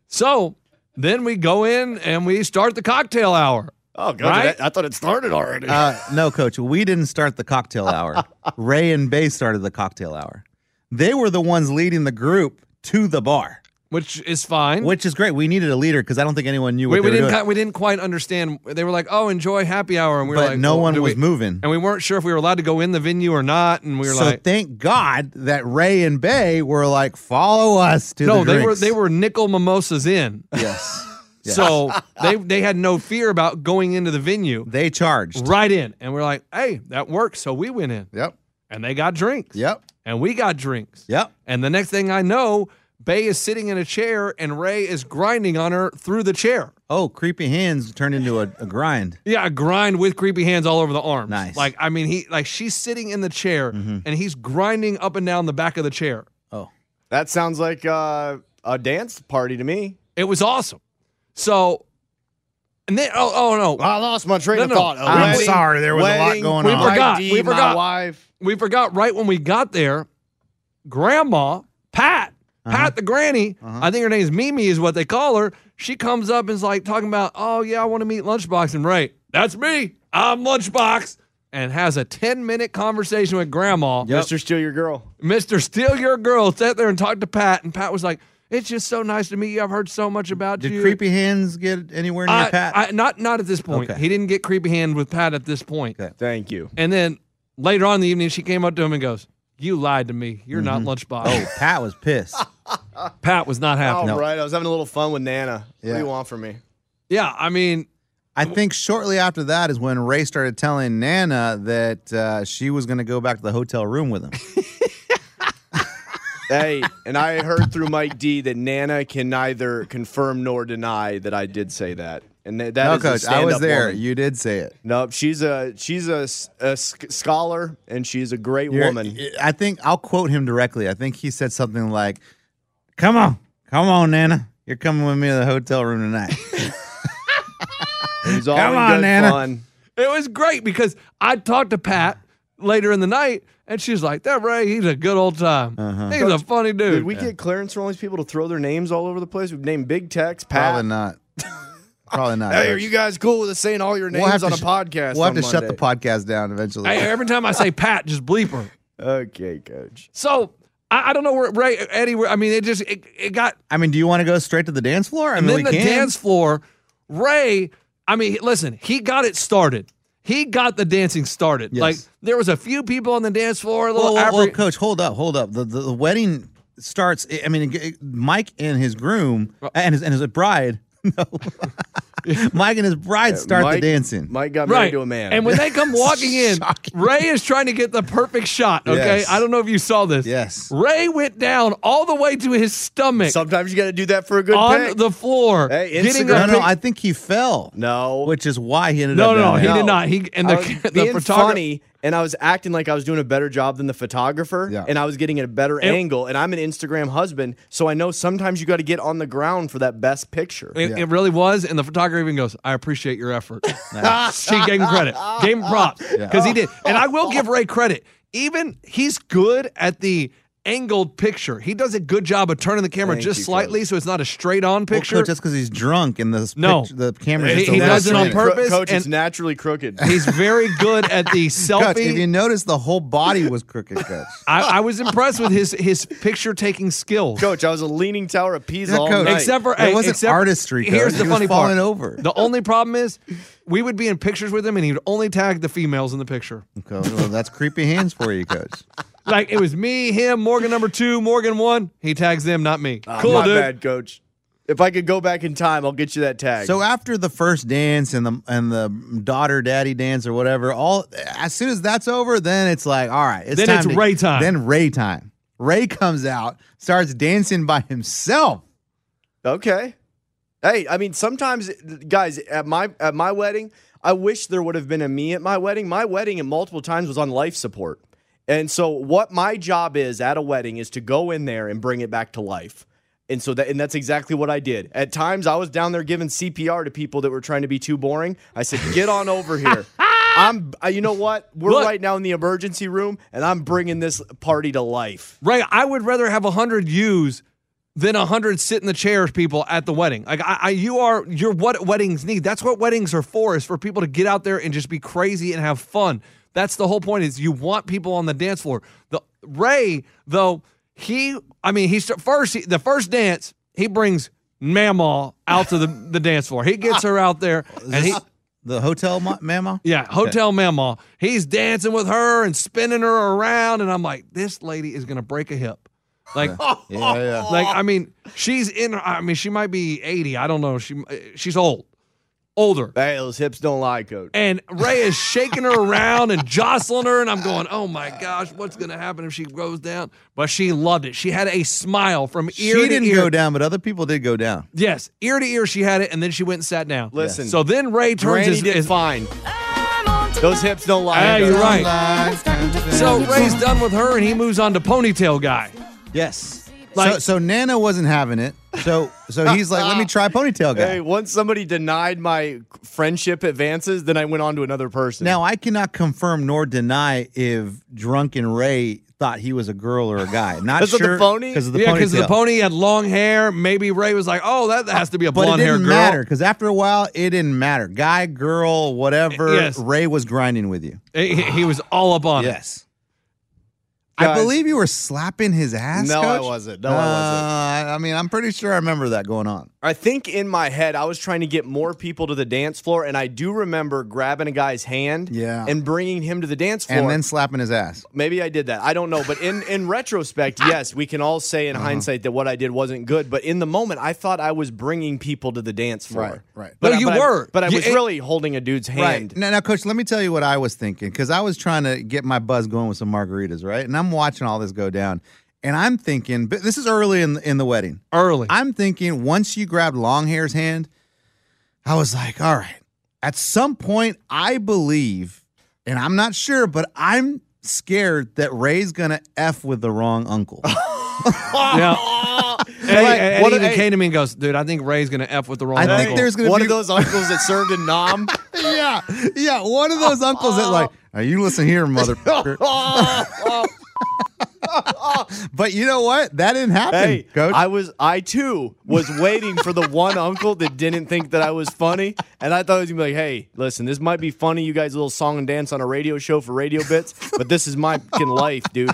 So then we go in and we start the cocktail hour. Oh, God, Right? I thought it started already. Uh, no, coach, we didn't start the cocktail hour. Ray and Bay started the cocktail hour. They were the ones leading the group to the bar. which is fine. Which is great. We needed a leader because I don't think anyone knew what we, they we were didn't doing. ki- we didn't quite understand. They were like, "Oh, enjoy happy hour," and we were but like, no well, one do was we- moving. and we weren't sure if we were allowed to go in the venue or not. And we were so like, thank God that Ray and Bay were like, follow us to "No, the they were drinks." they were nickel mimosas in." Yes. Yes. So they they had no fear about going into the venue they charged. right in, and we're like, "Hey, that works." So we went in, Yep. and they got drinks, Yep. and we got drinks, Yep. and the next thing I know, Bay is sitting in a chair, and Ray is grinding on her through the chair. Oh, creepy hands turned into a, a grind. Yeah, a grind with creepy hands all over the arms. Nice. Like I mean, he like she's sitting in the chair and he's grinding up and down the back of the chair. Oh. That sounds like uh, a dance party to me. It was awesome. So, and then oh oh no, I lost my train No, of no. thought. A I'm sorry, there was a lot going We on. forgot, ID, we My forgot. wife. we forgot right when we got there, Grandma Pat. Pat the granny, I think her name's Mimi is what they call her. She comes up and is like talking about, oh yeah, I want to meet Lunchbox and Ray. That's me. I'm Lunchbox, and has a ten minute conversation with Grandma. Mr. Steal Your Girl. Mr. Steal Your Girl sat there and talked to Pat, and Pat was like, It's just so nice to meet you. I've heard so much about Did you. creepy hands get anywhere near I- Pat? I- not, not at this point. Okay. He didn't get creepy hand with Pat at this point. Okay. Thank you. And then later on in the evening, she came up to him and goes, You lied to me. You're not Lunchbox. oh, Pat was pissed. Oh. Pat was not All happy. right, I was having a little fun with Nana. What Yeah. do you want from me? Yeah, I mean, I think shortly after that is when Ray started telling Nana that uh, she was going to go back to the hotel room with him. hey, and I heard through Mike D that Nana can neither confirm nor deny that I did say that. And that, that no, is a coach, I was stand-up there. woman. You did say it. Nope, she's a she's a, s- a sc- scholar and she's a great You're- woman. I think I'll quote him directly. I think he said something like, "Come on, come on, Nana, you're coming with me to the hotel room tonight." It was all Come in on, good Nana. fun. it was great because I talked to Pat later in the night, and she's like, That Ray, he's a good old time. Uh-huh. He's a funny dude. Did we get clearance for all these people to throw their names all over the place? We've named Big Tex, Pat. Probably not. Probably not. Hey, coach. are you guys cool with us saying all your names have to on a sh- podcast? We'll have on to shut the Monday? podcast down eventually. Hey, every time I say Pat, just bleep her. Okay, coach. So I, I don't know where Ray Eddie. Where, I mean, it just it, it got. I mean, do you want to go straight to the dance floor? I And mean, then we the can. dance floor, Ray. I mean, listen, he got it started. He got the dancing started. Yes. Like there was a few people on the dance floor. A Well, little well, well, Afri- coach, hold up, hold up. The the, the wedding starts. I mean, it- it- Mike and his groom and his and his bride. No, Mike and his bride start Mike- the dancing. Mike got married Right, to a man. and when they come walking in, Shocking. Ray is trying to get the perfect shot. Okay, Yes. I don't know if you saw this. Yes. Ray went down all the way to his stomach Sometimes you got to do that for a good on pick. the floor, Hey, getting Instagram- a No, no, pic- I think he fell. no, which is why he ended no, no, up. no, down he there. did not. He and I the was the being photographer. funny, and I was acting like I was doing a better job than the photographer, Yeah. and I was getting a better angle. And I'm an Instagram husband, so I know sometimes you got to get on the ground for that best picture. It, it really was, and the photographer even goes, "I appreciate your effort." she gave him credit, gave him props because he did. And I will give Ray credit. Even he's good at the angled picture. He does a good job of turning the camera Thank just you, slightly so it's not a straight on Well, picture. coach, that's because he's drunk and the No. pic- the camera. He- he does it on Cro- purpose coach. It's and- naturally crooked. he's very good at the Coach, if you selfie. notice, the whole body was crooked, coach. I, I was impressed with his his picture taking skills. coach, I was a leaning tower of Pisa Yeah, all coach. night. Except for It hey, wasn't except- artistry, Coach. Here's He the was funny part. falling over. The only problem is, we would be in pictures with him, and he would only tag the females in the picture. Coach, well, that's creepy hands for you, coach. like it was me, him, Morgan number two, Morgan one. He tags them, not me. Ah, cool, my dude. bad, coach. If I could go back in time, I'll get you that tag. So after the first dance and the and the daughter daddy dance or whatever, all as soon as that's over, then it's like, all right, it's Then time it's to- Ray time. Then Ray time. Ray comes out, starts dancing by himself. Okay. Hey, I mean, sometimes, guys, at my at my wedding, I wish there would have been a me at my wedding. My wedding, at multiple times, was on life support, and so what my job is at a wedding is to go in there and bring it back to life. And so that, and that's exactly what I did. At times, I was down there giving CPR to people that were trying to be too boring. I said, "Get on over here." I'm, uh, you know what? We're Look. right now in the emergency room, and I'm bringing this party to life. Ray, I would rather have a hundred yous than a hundred sit in the chairs people at the wedding. Like I, I, you are, you're what weddings need. That's what weddings are for. Is for people to get out there and just be crazy and have fun. That's the whole point. Is you want people on the dance floor. The Ray though, he, I mean, he st- first he, the first dance. He brings Mamaw out to the, the dance floor. He gets her out there, and he the hotel ma- mama. yeah, hotel Mamaw. He's dancing with her and spinning her around, and I'm like, this lady is gonna break a hip. Like, Yeah, yeah. like I mean, she's in. I mean, she might be 80. I don't know. She uh, she's old, older. Hey, those hips don't lie, coach. And Ray is shaking her around and jostling her, and I'm going, "Oh my gosh, what's going to happen if she goes down?" But she loved it. She had a smile from ear She to didn't ear. go down, but other people did go down. Yes, ear to ear, she had it, and then she went and sat down. Listen. so then Ray turns Granny his, did his fine. Those hips don't lie. Hey, coach. you're right. So Ray's done with her, and he moves on to ponytail guy. Yes. Like- so, so Nana wasn't having it. So so he's like, let me try ponytail guy. Hey, once somebody denied my friendship advances, then I went on to another person. Now I cannot confirm nor deny if drunken Ray thought he was a girl or a guy. Not 'Cause of the sure pony? because of the yeah, ponytail. because the pony had long hair. Maybe Ray was like, "Oh, that has to be a but it blonde hair didn't girl." matter because after a while, it didn't matter. Guy, girl, whatever. Yes. Ray was grinding with you. He, he- he was all up on it. Yes. Guys. I believe you were slapping his ass. No, I Coach? wasn't. No, I wasn't. Uh, I- I mean, I'm pretty sure I remember that going on. I think in my head, I was trying to get more people to the dance floor, and I do remember grabbing a guy's hand Yeah. and bringing him to the dance floor. And then slapping his ass. Maybe I did that. I don't know. But in, in retrospect, yes, we can all say in Uh-huh. hindsight that what I did wasn't good. But in the moment, I thought I was bringing people to the dance floor. Right, right. But No, I- you but I- were. but I You- was it- really holding a dude's hand. Right. Now, now, Coach, let me tell you what I was thinking because I was trying to get my buzz going with some margaritas, right? And I'm watching all this go down. And I'm thinking, but this is early in, in the wedding. Early. I'm thinking once you grabbed Longhair's hand, I was like, all right, at some point, I believe, and I'm not sure, but I'm scared that Ray's going to F with the wrong uncle. yeah. Eddie, Like, Eddie what- even hey. came to me and goes, "Dude, I think Ray's gonna f with the wrong." I think uncle." there's going to be One of those uncles that served in Nam. yeah, yeah. One of those uncles that like, "Now you listen here, motherfucker. but you know what? That didn't happen, Hey, coach. I was I too was waiting for the one uncle that didn't think that I was funny, and I thought he was gonna be like, "Hey, listen, this might be funny, you guys, a little song and dance on a radio show for radio bits, but this is my fucking life, dude,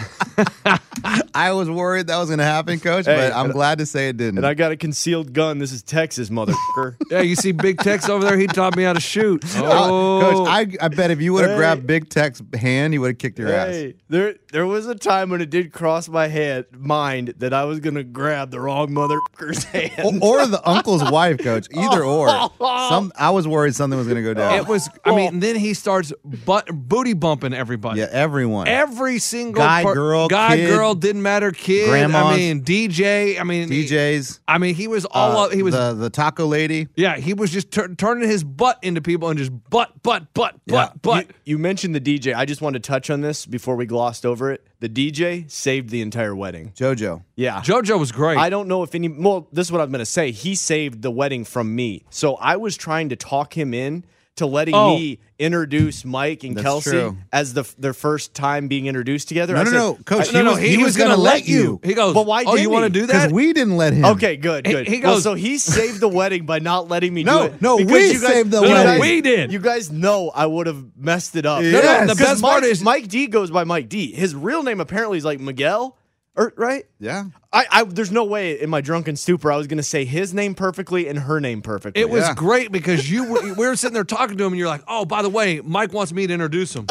I was worried that was going to happen, coach. Hey, but I'm and- glad to say it didn't. and I got a concealed gun. This is Texas, motherfucker." Yeah, you see Big Tex over there. He taught me how to shoot. Uh, Oh, coach, I, I bet if you would have Hey. grabbed Big Tech's hand, he would have kicked your ass. Hey, there there was a time when it did cross my head mind that I was gonna grab the wrong motherfucker's hand. O- Or the uncle's wife, coach. Either or. Some I was worried something was going to go down. Oh. it was. I mean, then he starts butt, booty bumping everybody. yeah, everyone. Every single Guy, girl, guy, kid, girl, didn't matter, kid. I grandmas. mean, DJ. I mean, DJs. I mean, he was all uh, up. Oh, He was. the, the taco lady. yeah, he was just tur- turning his butt into people and just butt, butt, butt, Yeah. butt, butt. you, you mentioned the DJ. I just wanted to touch on this before we glossed over it. The DJ saved the entire wedding. JoJo. Yeah. JoJo was great. Ah. I don't know if any. Well, this is what I'm going to say. He saved the wedding from me. So I was trying to talk him in to letting Oh. me introduce Mike and That's Kelsey true. as the their first time being introduced together. No, I no, said- no, Coach. I- no, he no, was- he, he was, was gonna, gonna let let you. you. He goes, But why Oh, you didn't want to he? do Because that? we didn't let him. Okay, good, good. He- he Well, goes- so he saved the wedding by not letting me No, do it. no, because we you guys- saved the you wedding. guys- We did. You guys know I would have messed it up. No, no, the 'Cause best Mike, part is- Mike D goes by Mike D. His real name apparently is like Miguel, or, right? Yeah. I, I there's no way in my drunken stupor I was gonna say his name perfectly and her name perfectly. It was Yeah. great because you were, we were sitting there talking to him, and you're like, "Oh, by the way, Mike wants me to introduce him."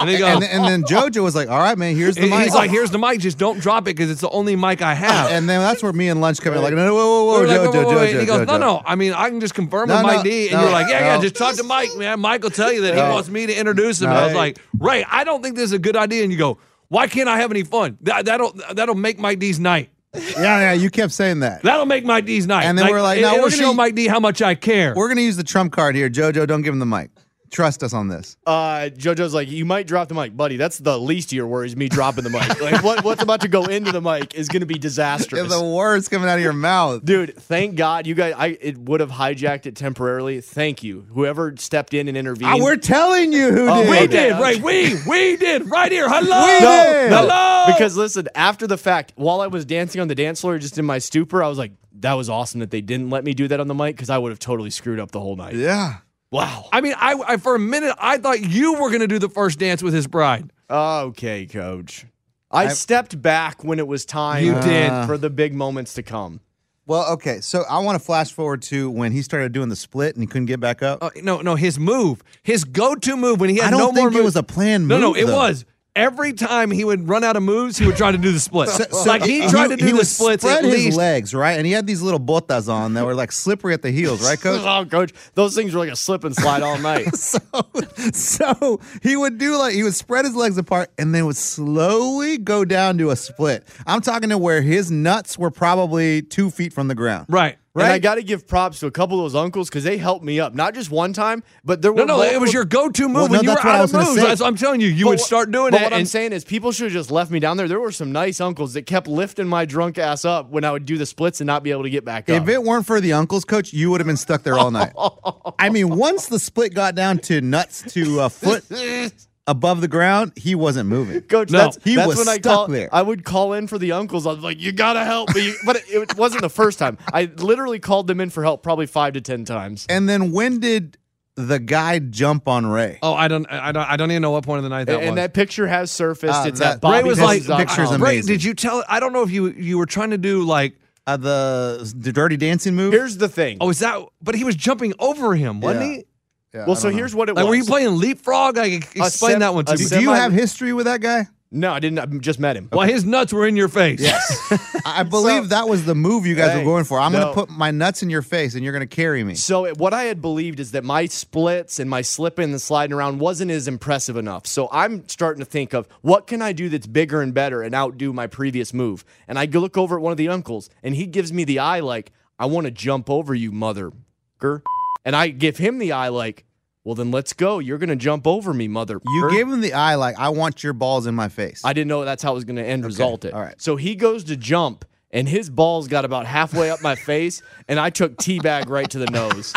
and he goes, And, and then JoJo was like, all right, man, here's the he- mic. "He's like, here's the mic. Just don't drop it because it's the only mic I have." and then that's where me and Lunch come in. Like, no, no, whoa, We whoa, whoa, were like, "Oh, JoJo, wait, wait, wait. JoJo. And he goes, JoJo. no, no. I mean, I can just confirm No, with Mike no, D. And no, you're like, yeah, yeah, no. just talk to Mike, man. Mike will tell you that he wants me to introduce him. And I was No. like, Ray, I don't think this is a good idea. And you go, why can't I have any fun? That, that'll that'll make Mike D's night. Yeah, yeah, you kept saying that. That'll make Mike D's night. And then we're like, it- no, it'll we're show gonna- Mike D how much I care. We're going to use the trump card here. JoJo, don't give him the mic. Trust us on this. uh, JoJo's like, you might drop the mic, buddy. That's the least of your worries. Me dropping the mic. Like what what's about to go into the mic is gonna be disastrous. The words coming out of your mouth. Dude, thank God you guys. I it would have hijacked it temporarily. Thank you, whoever stepped in and intervened. Ah, we're telling you who Oh, did. we okay. did, Ray. We we did right here. Hello, We did. No, hello. because listen, after the fact, while I was dancing on the dance floor, just in my stupor, I was like, that was awesome that they didn't let me do that on the mic because I would have totally screwed up the whole night. Yeah. Wow. I mean, I, I for a minute I thought you were gonna do the first dance with his bride. Okay, coach. I, stepped back when it was time You did. for the big moments to come. Well, okay. So I want to flash forward to when he started doing the split and he couldn't get back up. Uh, no, no, his move, his go-to move when he had I don't no think more it moves. was a planned No, no, move, it though. was. Every time he would run out of moves, he would try to do the split. like he uh, tried to do he the would splits spread at his least. legs, right? And he had these little botas on that were like slippery at the heels, right, coach? oh, coach, those things were like a slip and slide all night. so so he would do like he would spread his legs apart and then would slowly go down to a split. I'm talking to where his nuts were probably two feet from the ground. Right, And I right. got to give props to a couple of those uncles because they helped me up. Not just one time, but there were No, no, it multiple- was your go-to move Well, no, when you that's were what I out was of gonna moves. say. That's what I'm telling you. You But would what- start doing but it. What I'm and- saying is, people should have just left me down there. There were some nice uncles that kept lifting my drunk ass up when I would do the splits and not be able to get back up. If it weren't for the uncles, coach, you would have been stuck there all night. I mean, once the split got down to nuts to a foot above the ground, he wasn't moving. Coach, No, that's, he that's was when I stuck call, there. I would call in for the uncles. I was like, "You gotta help me," but it, it wasn't the first time. I literally called them in for help probably five to ten times. And then when did the guy jump on Ray? oh, I don't, I don't, I don't even know what point of the night that and and was. that picture has surfaced. Ah, it's that- at Bobby Ray was This like, is awesome. picture's uh, Ray, amazing. did you tell? I don't know if you you were trying to do like, Uh, the the dirty dancing move. Here's the thing. oh, is that? But he was jumping over him, wasn't Yeah. he? Yeah, I well, so don't know. here's what it Like, was. were you playing leapfrog? Like, explain sem- that one to a me. Do you semi- have history with that guy? no, I didn't. I just met him. Well, his nuts were in your face. I I believe that was the move you guys Hey, were going for. I'm no. gonna put my nuts in your face, and you're gonna carry me. So it, what I had believed is that my splits and my slipping and sliding around wasn't as impressive enough. So I'm starting to think of what can I do that's bigger and better and outdo my previous move. And I go look over at one of the uncles, and he gives me the eye like, "I want to jump over you, mother." And I give him the eye like, "Well, then let's go. You're gonna jump over me, mother." You gave him the eye, like I want your balls in my face. I didn't know that's how it was going to end result. It. all right. So he goes to jump, and his balls got about halfway up my face, and I took teabag right to the nose.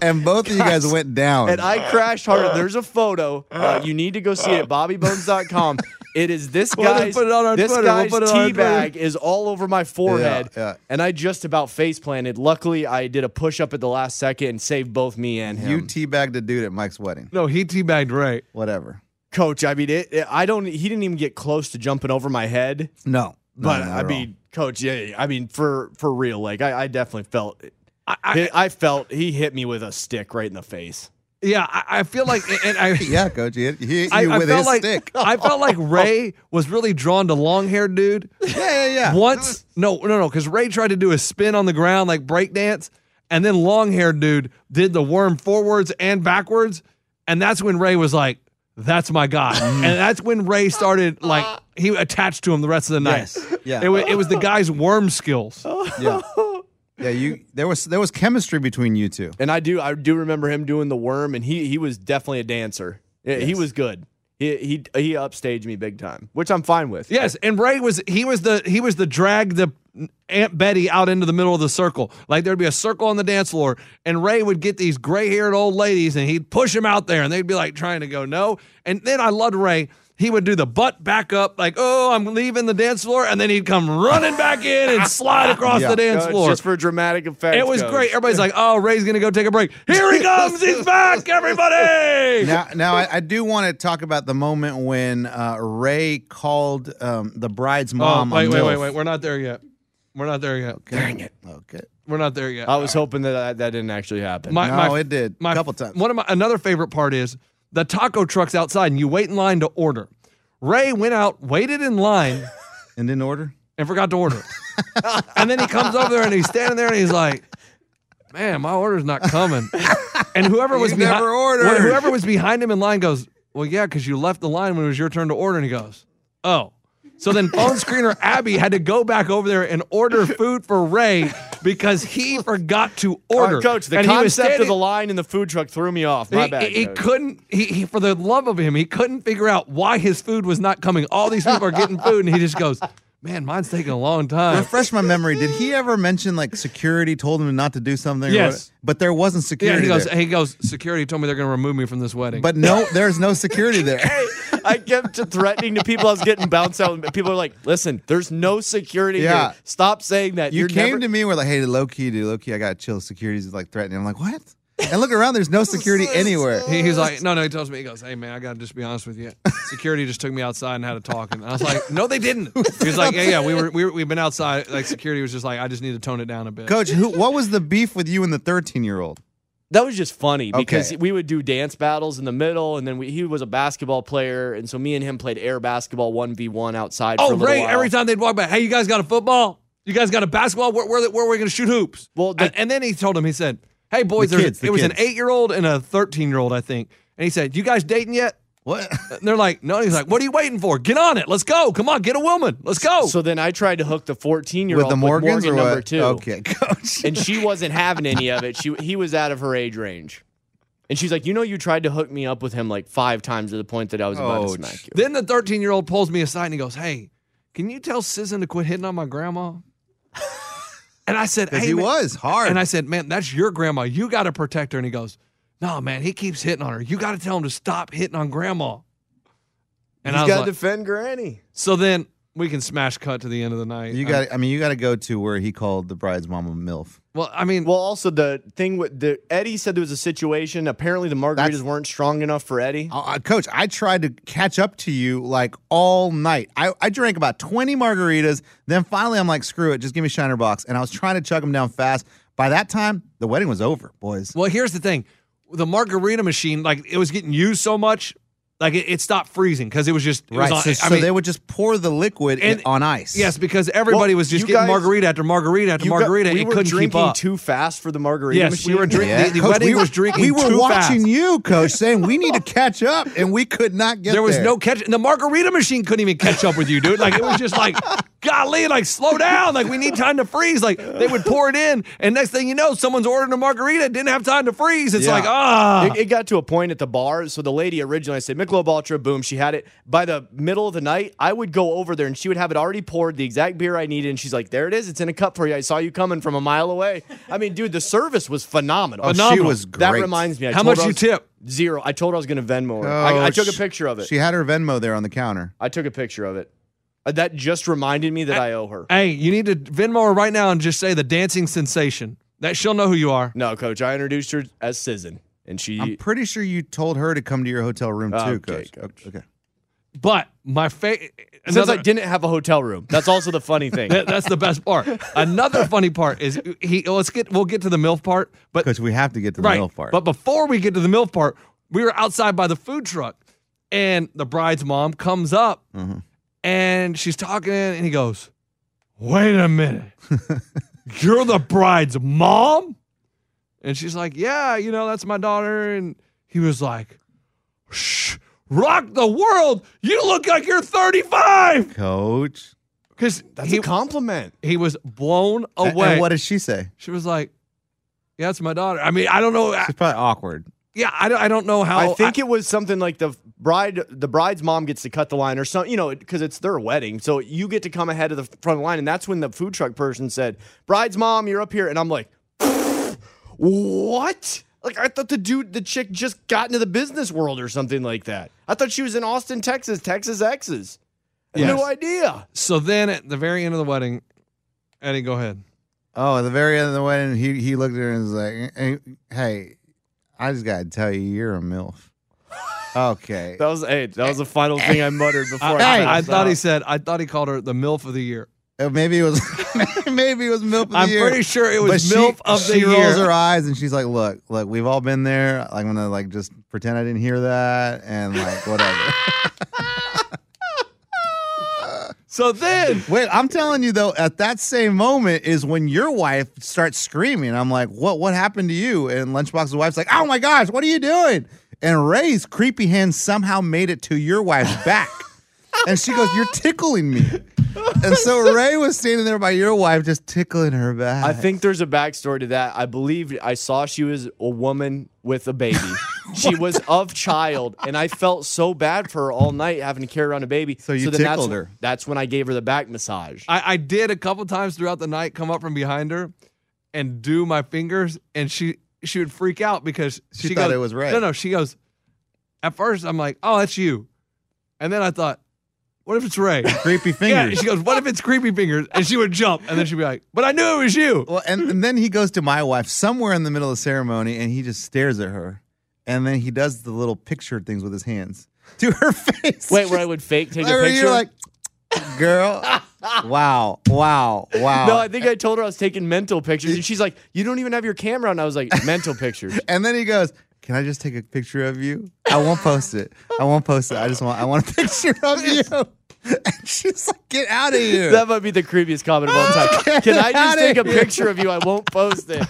and both of you guys went down. and I crashed harder. There's a photo. Uh, you need to go see it at bobbybones.com. It is this We'll have to guy's, put it on our this Twitter. We'll guy's put it on our tea bag is all over my forehead, Yeah, yeah. and I just about face planted. Luckily, I did a push up at the last second and saved both me and him. you teabagged a dude at Mike's wedding. No, he teabagged Ray. Whatever. Coach, I mean, it, it- I don't. He didn't even get close to jumping over my head. No, no, But not I at all. mean, Coach, yeah, I mean, for for real, like I, I definitely felt. I, I, I, I felt he hit me with a stick right in the face. yeah, I, I feel like, and I, yeah, coach, he hit he hit you I, I with felt his like stick. I felt like Ray was really drawn to long haired dude. yeah, yeah, yeah. Once, no, no, no, because Ray tried to do a spin on the ground like breakdance, and then long haired dude did the worm forwards and backwards, and that's when Ray was like, "That's my guy," Mm. and that's when Ray started like he attached to him the rest of the night. Yes. Yeah. It was, it was the guy's worm skills. Yeah, yeah. You there was there was chemistry between you two. And I do I do remember him doing the worm, and he he was definitely a dancer. Yeah, He was good. He he he upstaged me big time, which I'm fine with. Yes, and Ray was he was the he was the drag the Aunt Betty out into the middle of the circle. Like there'd be a circle on the dance floor, and Ray would get these gray haired old ladies, and he'd push them out there, and they'd be like trying to go no. And then I loved Ray. He would do the butt back up, like oh I'm leaving the dance floor, and then he'd come running back in and slide across Yeah. the dance Coach, floor. Uh, just for dramatic effect. it was Coach. great. Everybody's like, "Oh, Ray's gonna go take a break. Here he comes. He's back, everybody!" Now, now I, I do want to talk about the moment when uh, Ray called um, the bride's oh, mom. a wait, wait, wait, MILF. wait. We're not there yet. We're not there yet. Dang it. Okay. We're not there yet. I was hoping that that, that didn't actually happen. My, No, my, it did. My, Couple times. One of my another favorite part is the taco trucks outside, and you wait in line to order. Ray went out, waited in line, And in order. and forgot to order. and then he comes over there and he's standing there and he's like, "Man, my order's not coming." And whoever was behind, never ordered. well, whoever was behind him in line goes, "Well, yeah, because you left the line when it was your turn to order." And he goes, "Oh." So then phone screener Abby had to go back over there and order food for Ray because he forgot to All right, order. Coach, the And he was concept of standing- the line in the food truck threw me off. My he, bad. he Coach. couldn't. He, he for the love of him, he couldn't figure out why his food was not coming. All these people are getting food, and he just goes, "Man, mine's taking a long time." Refresh my memory. Did he ever mention like security told him not to do something? or Yes. what- But there wasn't Yeah, security. he goes. there. He goes. Security told me they're going to remove me from this wedding. But no, there's no security there. I kept threatening to people I was getting bounced out. and People are like, "Listen, there's no security Yeah. here. Stop saying that." You You're came never- to me and were like, hey, low key, dude, low key, I got to chill. Security's like threatening. I'm like, what? And look around, there's no security anywhere. He, he's like, no, no. He tells me, he goes, hey man, I gotta just be honest with you. Security just took me outside and had a talk, and I was like, no, they didn't. He's like, yeah, yeah, we were, we were, we've been outside. Like security was just like, I just need to tone it down a bit. Coach, who, what was the beef with you and the 13 year old? That was just funny because Okay. we would do dance battles in the middle, and then we, he was a basketball player, and so me and him played air basketball one v one outside. for a Oh, little right. while. Every time they'd walk by, hey, you guys got a football? You guys got a basketball? Where, where, where are we going to shoot hoops? Well, the- and, and then he told him, he said, hey, boys, The there's- kids, the it was an kids. eight year old and a 13 year old, I think. And he said, you guys dating yet? What? And they're like, no. He's like, what are you waiting for? Get on it. Let's go. Come on, get a woman. Let's go. So then I tried to hook the fourteen year Oh. With old the Morgans Morgan or what? number two, Okay, coach. and she wasn't having any of it. She he was out of her age range, and she's like, you know, you tried to hook me up with him like five times to the point that I was about Oh, to smack you. then the 13 year old pulls me aside and he goes, hey, can you tell Sisson to quit hitting on my grandma? And I said, Because hey, he man- was hard. And I said, man, that's your grandma. You got to protect her. And he goes, no, man, he keeps hitting on her. You got to tell him to stop hitting on grandma. And I He's was got to like, defend Granny. so then we can smash cut to the end of the night. you I- got. I mean, you got to go to where he called the bride's mama milf. well, I mean, Well, also the thing with the Eddie said there was a situation. Apparently, the margaritas That's- weren't strong enough for Eddie. Uh, uh, coach, I tried to catch up to you like all night. I, I drank about 20 margaritas. Then finally, I'm like, screw it, just give me Shiner Box. And I was trying to chug them down fast. By that time, the wedding was over, boys. well, here's the thing: the margarita machine, like it was getting used so much, like it, it stopped freezing because it was just it was Right. on- so I so mean, they would just pour the liquid in- And- on ice. yes, because everybody Well, was just you getting guys- margarita after margarita after You got- margarita. we it were couldn't drinking keep up. too fast for the margarita yes, machine. we were drinking. Yeah. The, the Coach, wedding we were, was drinking. We were too fast. watching you, coach, saying we need to catch up, and we could not get there was there. no catch. The margarita machine couldn't even catch up with you, dude. Like it was just like, golly, like slow down. Like we need time to freeze. Like they would pour it in, and next thing you know, someone's ordering a margarita, didn't have time to freeze. It's Yeah. like ah, It, it got to a point at the bar. So the lady originally, I said Michelob Ultra, boom, she had it. By the middle of the night, I would go over there and she would have it already poured, the exact beer I needed, and she's like, "There it is, it's in a cup for you. I saw you coming from a mile away." I mean, dude, the service was phenomenal. Oh, she Phenomenal. was That great. reminds me, I How told much her I you was- tip? Oh, Zero. I told her I was going to Venmo her. I, I took a Coach, picture of it. She had her Venmo there on the counter. I took a picture of it. Uh, That just reminded me that I owe her. hey, you need to Venmo her right now and just say the dancing sensation. That she'll know who you are. No, coach, I introduced her as Sizzin, and she. I'm pretty sure you told her to come to your hotel room too, Okay, coach. Okay. But my favorite. since I didn't have a hotel room, that's also the funny thing. That- that's the best part. Another funny part is he. Let's get. We'll get to the milf part, but Coach, we have to get to the right. milf part. But before we get to the milf part, we were outside by the food truck, and the bride's mom comes up, Mm-hmm. and she's talking, and he goes, "Wait a minute, you're the bride's mom?" And she's like, "Yeah, you know that's my daughter." And he was like, "Shh, rock the world! You look like you're 35." coach, Because that's he a compliment. he was blown A- and away. what did she say? she was like, "Yeah, it's my daughter." I mean, I don't know. I- She's probably awkward. yeah, I don't. I don't know how. oh, I think it was something like the bride, the bride's mom gets to cut the line or something, you know, because it's their wedding. So you get to come ahead of the front line. And that's when the food truck person said, Bride's mom, you're up here. And I'm like, what? Like, I thought the dude, the chick just got into the business world or something like that. I thought she was in Austin, Texas, Texas X's. I had Yes. No idea. so. Then at the very end of the wedding, Eddie, go ahead. Oh, at the very end of the wedding, he he looked at her and was like, "Eh, eh, "Hey, I just gotta tell you, you're a milf." okay. That was, hey, that was the final thing I muttered before I, I, I thought he said. I thought he called her the milf of the year. Uh, Maybe it was maybe it was milf of the I'm year. pretty sure it was But milf she, of the she year. rolls her eyes and she's like, "Look, look, we've all been there. Like, I'm gonna like just pretend I didn't hear that and like whatever." So then, Wait, I'm telling you though, at that same moment is when your wife starts screaming. I'm like, "What? What happened to you?" And Lunchbox's wife's like, "Oh my gosh, what are you doing?" And Ray's creepy hand somehow made it to your wife's back, and she goes, "You're tickling me." And so Ray was standing there by your wife, just tickling her back. I think there's a backstory to that. I believe I saw she was a woman with a baby. she was of child, and I felt so bad for her all night having to carry around a baby. So you then tickled that's, her. That's when I gave her the back massage. I, I did a couple times throughout the night come up from behind her and do my fingers, and she she would freak out because She she, thought goes, it was Ray. No, no, she goes. At first, I'm like, "Oh, that's you," and then I thought, What if it's Ray? Creepy yeah, fingers. she goes, What if it's creepy fingers? And she would jump and then she'd be like, But I knew it was you. Well, and, and then he goes to my wife somewhere in the middle of the ceremony and he just stares at her. And then he does the little picture things with his hands to her face. Wait, where I would fake take a Where picture? You're like, girl, wow, wow, wow. no, I think I told her I was taking mental pictures, and she's like, "You don't even have your camera." And I was like, "Mental pictures." and then he goes, can I just take a picture of you? I won't post it. I won't post it. I just want I want a picture of you. And she's like, get out of here. That might be the creepiest comment of all time. Can I just outta take a here. picture of you? I won't post it.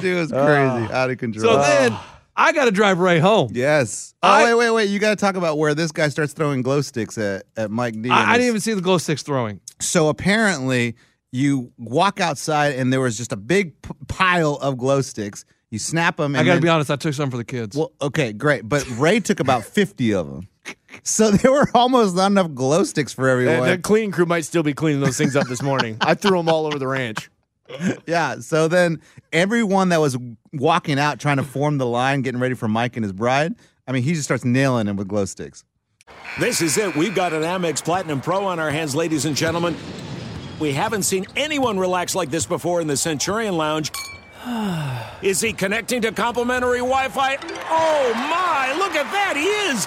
Dude was crazy. out of control. So then I got to drive Ray home. Yes. Oh, I- wait, wait, wait. You got to talk about where this guy starts throwing glow sticks at, at Mike D. I, I didn't even see the glow sticks throwing. So apparently, you walk outside and there was just a big p- pile of glow sticks. You snap them. And I got to then- be honest, I took some for the kids. Well, okay, great. But Ray took about 50 of them. So there were almost not enough glow sticks for And the everyone. cleaning crew might still be cleaning those things up this morning. I threw them all over the ranch. Yeah. So then everyone that was walking out trying to form the line, getting ready for Mike and his bride, I mean, he just starts nailing them with glow sticks. This is it. We've got an Amex Platinum Pro on our hands, ladies and gentlemen. We haven't seen anyone relax like this before in the Centurion Lounge. Is he connecting to complimentary Wi Fi? Oh my, look at that! He is!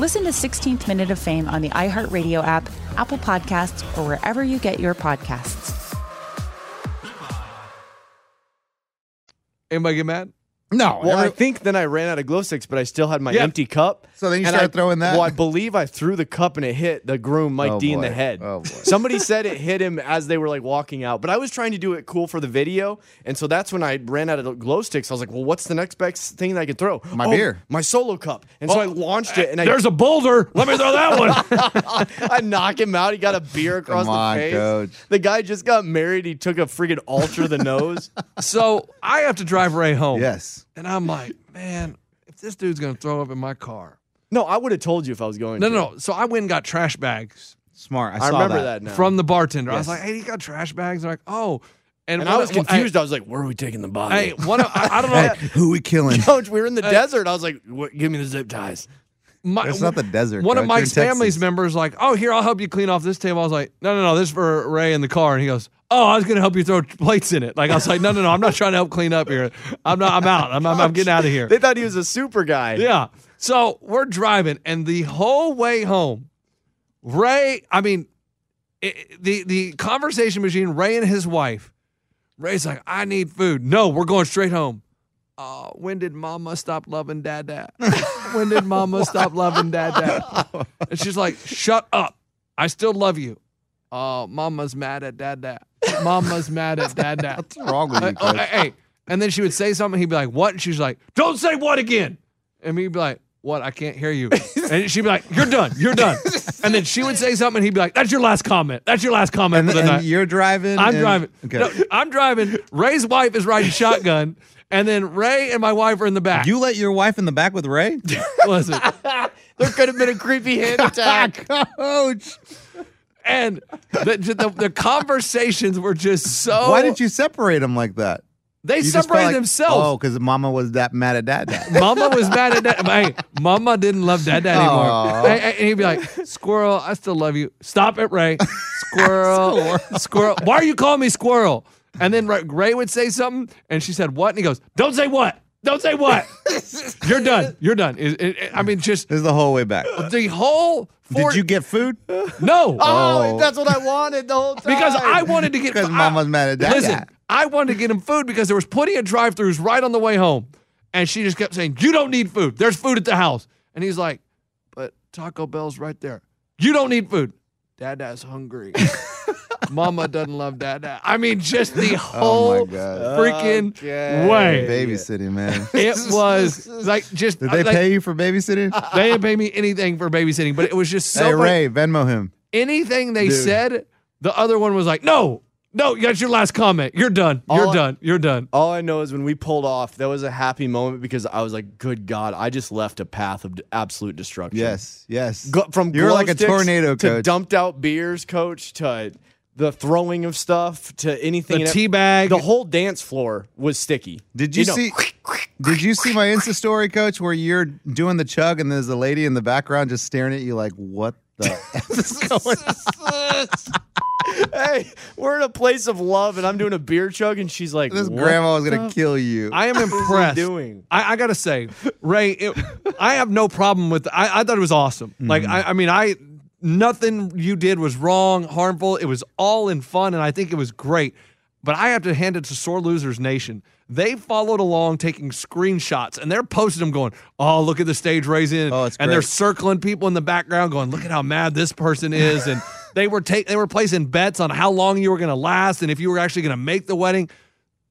Listen to 16th Minute of Fame on the iHeartRadio app, Apple Podcasts, or wherever you get your podcasts. Anybody get mad? No. Well, I every- think then I ran out of glow sticks, but I still had my Yeah. empty cup. So then you And I- started throwing that? Well, I believe I threw the cup and it hit the groom, Mike Oh, D, in the boy. head. Oh, boy. Somebody said it hit him as they were like walking out, but I was trying to do it cool for the video, and so that's when I ran out of glow sticks. I was like, "Well, what's the next best thing that I can throw? My Oh, beer. Oh. my solo cup." And so I launched it, and I There's a boulder. Let me throw that one. I knock him out. He got a beer across Come on, the face. coach. The guy just got married. He took a freaking ulcer to the nose. so I have to drive Ray home. yes. And I'm like, man, if this dude's going to throw up in my car. No, I would have told you if I was going. No, to. no, no. So I went and got trash bags Smart. I, I saw remember that, now. from the bartender. I was Yes. like, hey, you got trash bags? They're like, oh. and one I of- was confused. I, was like, "Where are we taking the body?" Hey, one of, I, I don't know. Hey, who we killing? Coach, we were in the desert. I was like, what, "Give me the zip ties." My- That's not the desert, One of Coach. You're in Mike's family's Texas. members like, oh, here, I'll help you clean off this table. I was like, no, no, no, this is for Ray in the car. And he goes, oh, I was going to help you throw plates in it. Like I was like, no, no, no, I'm not trying to help clean up here. I'm not. I'm out. I'm, I'm, I'm getting out of here. They thought he was a super guy. Yeah. So we're driving, and the whole way home, Ray. I mean, it, the the conversation between Ray and his wife. Ray's like, "I need food." No, we're going straight home. Uh, when did Mama stop loving Dad? Dad? when did Mama stop loving Dad? Dad? And she's like, "Shut up! I still love you." Uh, Mama's mad at Dad. Dad. Mama's mad at Dad. Dad. What's wrong with you, Uh, coach? hey, and then she would say something. He'd be like, "What?" And she's like, "Don't say what again." And he'd be like, "What? I can't hear you." And she'd be like, "You're done. You're done." And then she would say something, and he'd be like, "That's your last comment. That's your last comment And, for the and night." you're driving. I'm and- driving. Okay. No, I'm driving. Ray's wife is riding shotgun, and then Ray and my wife are in the back. You let your wife in the back with Ray? Listen, there could have been a creepy hand attack. Coach. And the, the, the conversations were just so. Why did you separate them like that? Oh. They You just separated felt like, themselves. Oh, because Mama was that mad at Dad. dad. Mama was mad at that. Hey, Mama didn't love Dad anymore. Aw. Hey, hey, And he'd be like, "Squirrel, I still love you. Stop it, Ray. Squirrel, squirrel. Why are you calling me squirrel?" And then Ray- Ray would say something, and she said, "What?" And he goes, "Don't say what. Don't say what. You're done. You're done." It- it- it- I mean, just This is the whole way back. the whole. Did you get food? No. Oh, that's what I wanted the whole time. because I wanted to get Because I- Mama's mad at Dad. Listen, dad. I wanted to get him food because there was plenty of drive-throughs right on the way home, and she just kept saying, "You don't need food. There's food at the house." And he's like, "But Taco Bell's right there. You don't need food. Dada's hungry. Mama doesn't love Dada. I mean, just the Oh whole my God. freaking Okay. way. Babysitting, man. It was like just Did they like, pay you for babysitting? They didn't pay me anything for babysitting, but it was just so hey, much- Ray, Venmo him. anything they Dude. said, the other one was like, "No, no, that's your last comment. You're done. You're All I- done. You're done." All I know is when we pulled off, that was a happy moment because I was like, "Good God, I just left a path of d- absolute destruction." Yes, yes. Go- from You're glow like a sticks tornado, to coach. dumped out beers, coach to the throwing of stuff to anything. The and- tea bag. the whole dance floor was sticky. Did you, know- see? Did you see my Insta story, Coach, where you're doing the chug and there's a lady in the background just staring at you like, "What the F is going on?" hey, we're in a place of love, and I'm doing a beer chug, and she's like, This "What grandma was gonna the kill you. I am impressed. doing? I, I gotta say, Ray, it, I have no problem with. I, I thought it was awesome. Like, Mm-hmm. I, I mean, I nothing you did was wrong, harmful. It was all in fun, and I think it was great. But I have to hand it to Sore Losers Nation. They followed along, taking screenshots, and they're posting them, going, "Oh, look at the stage raising!" Oh, it's and they're great. circling people in the background, going, "Look at how mad this person is!" And they were ta- they were placing bets on how long you were going to last and if you were actually going to make the wedding.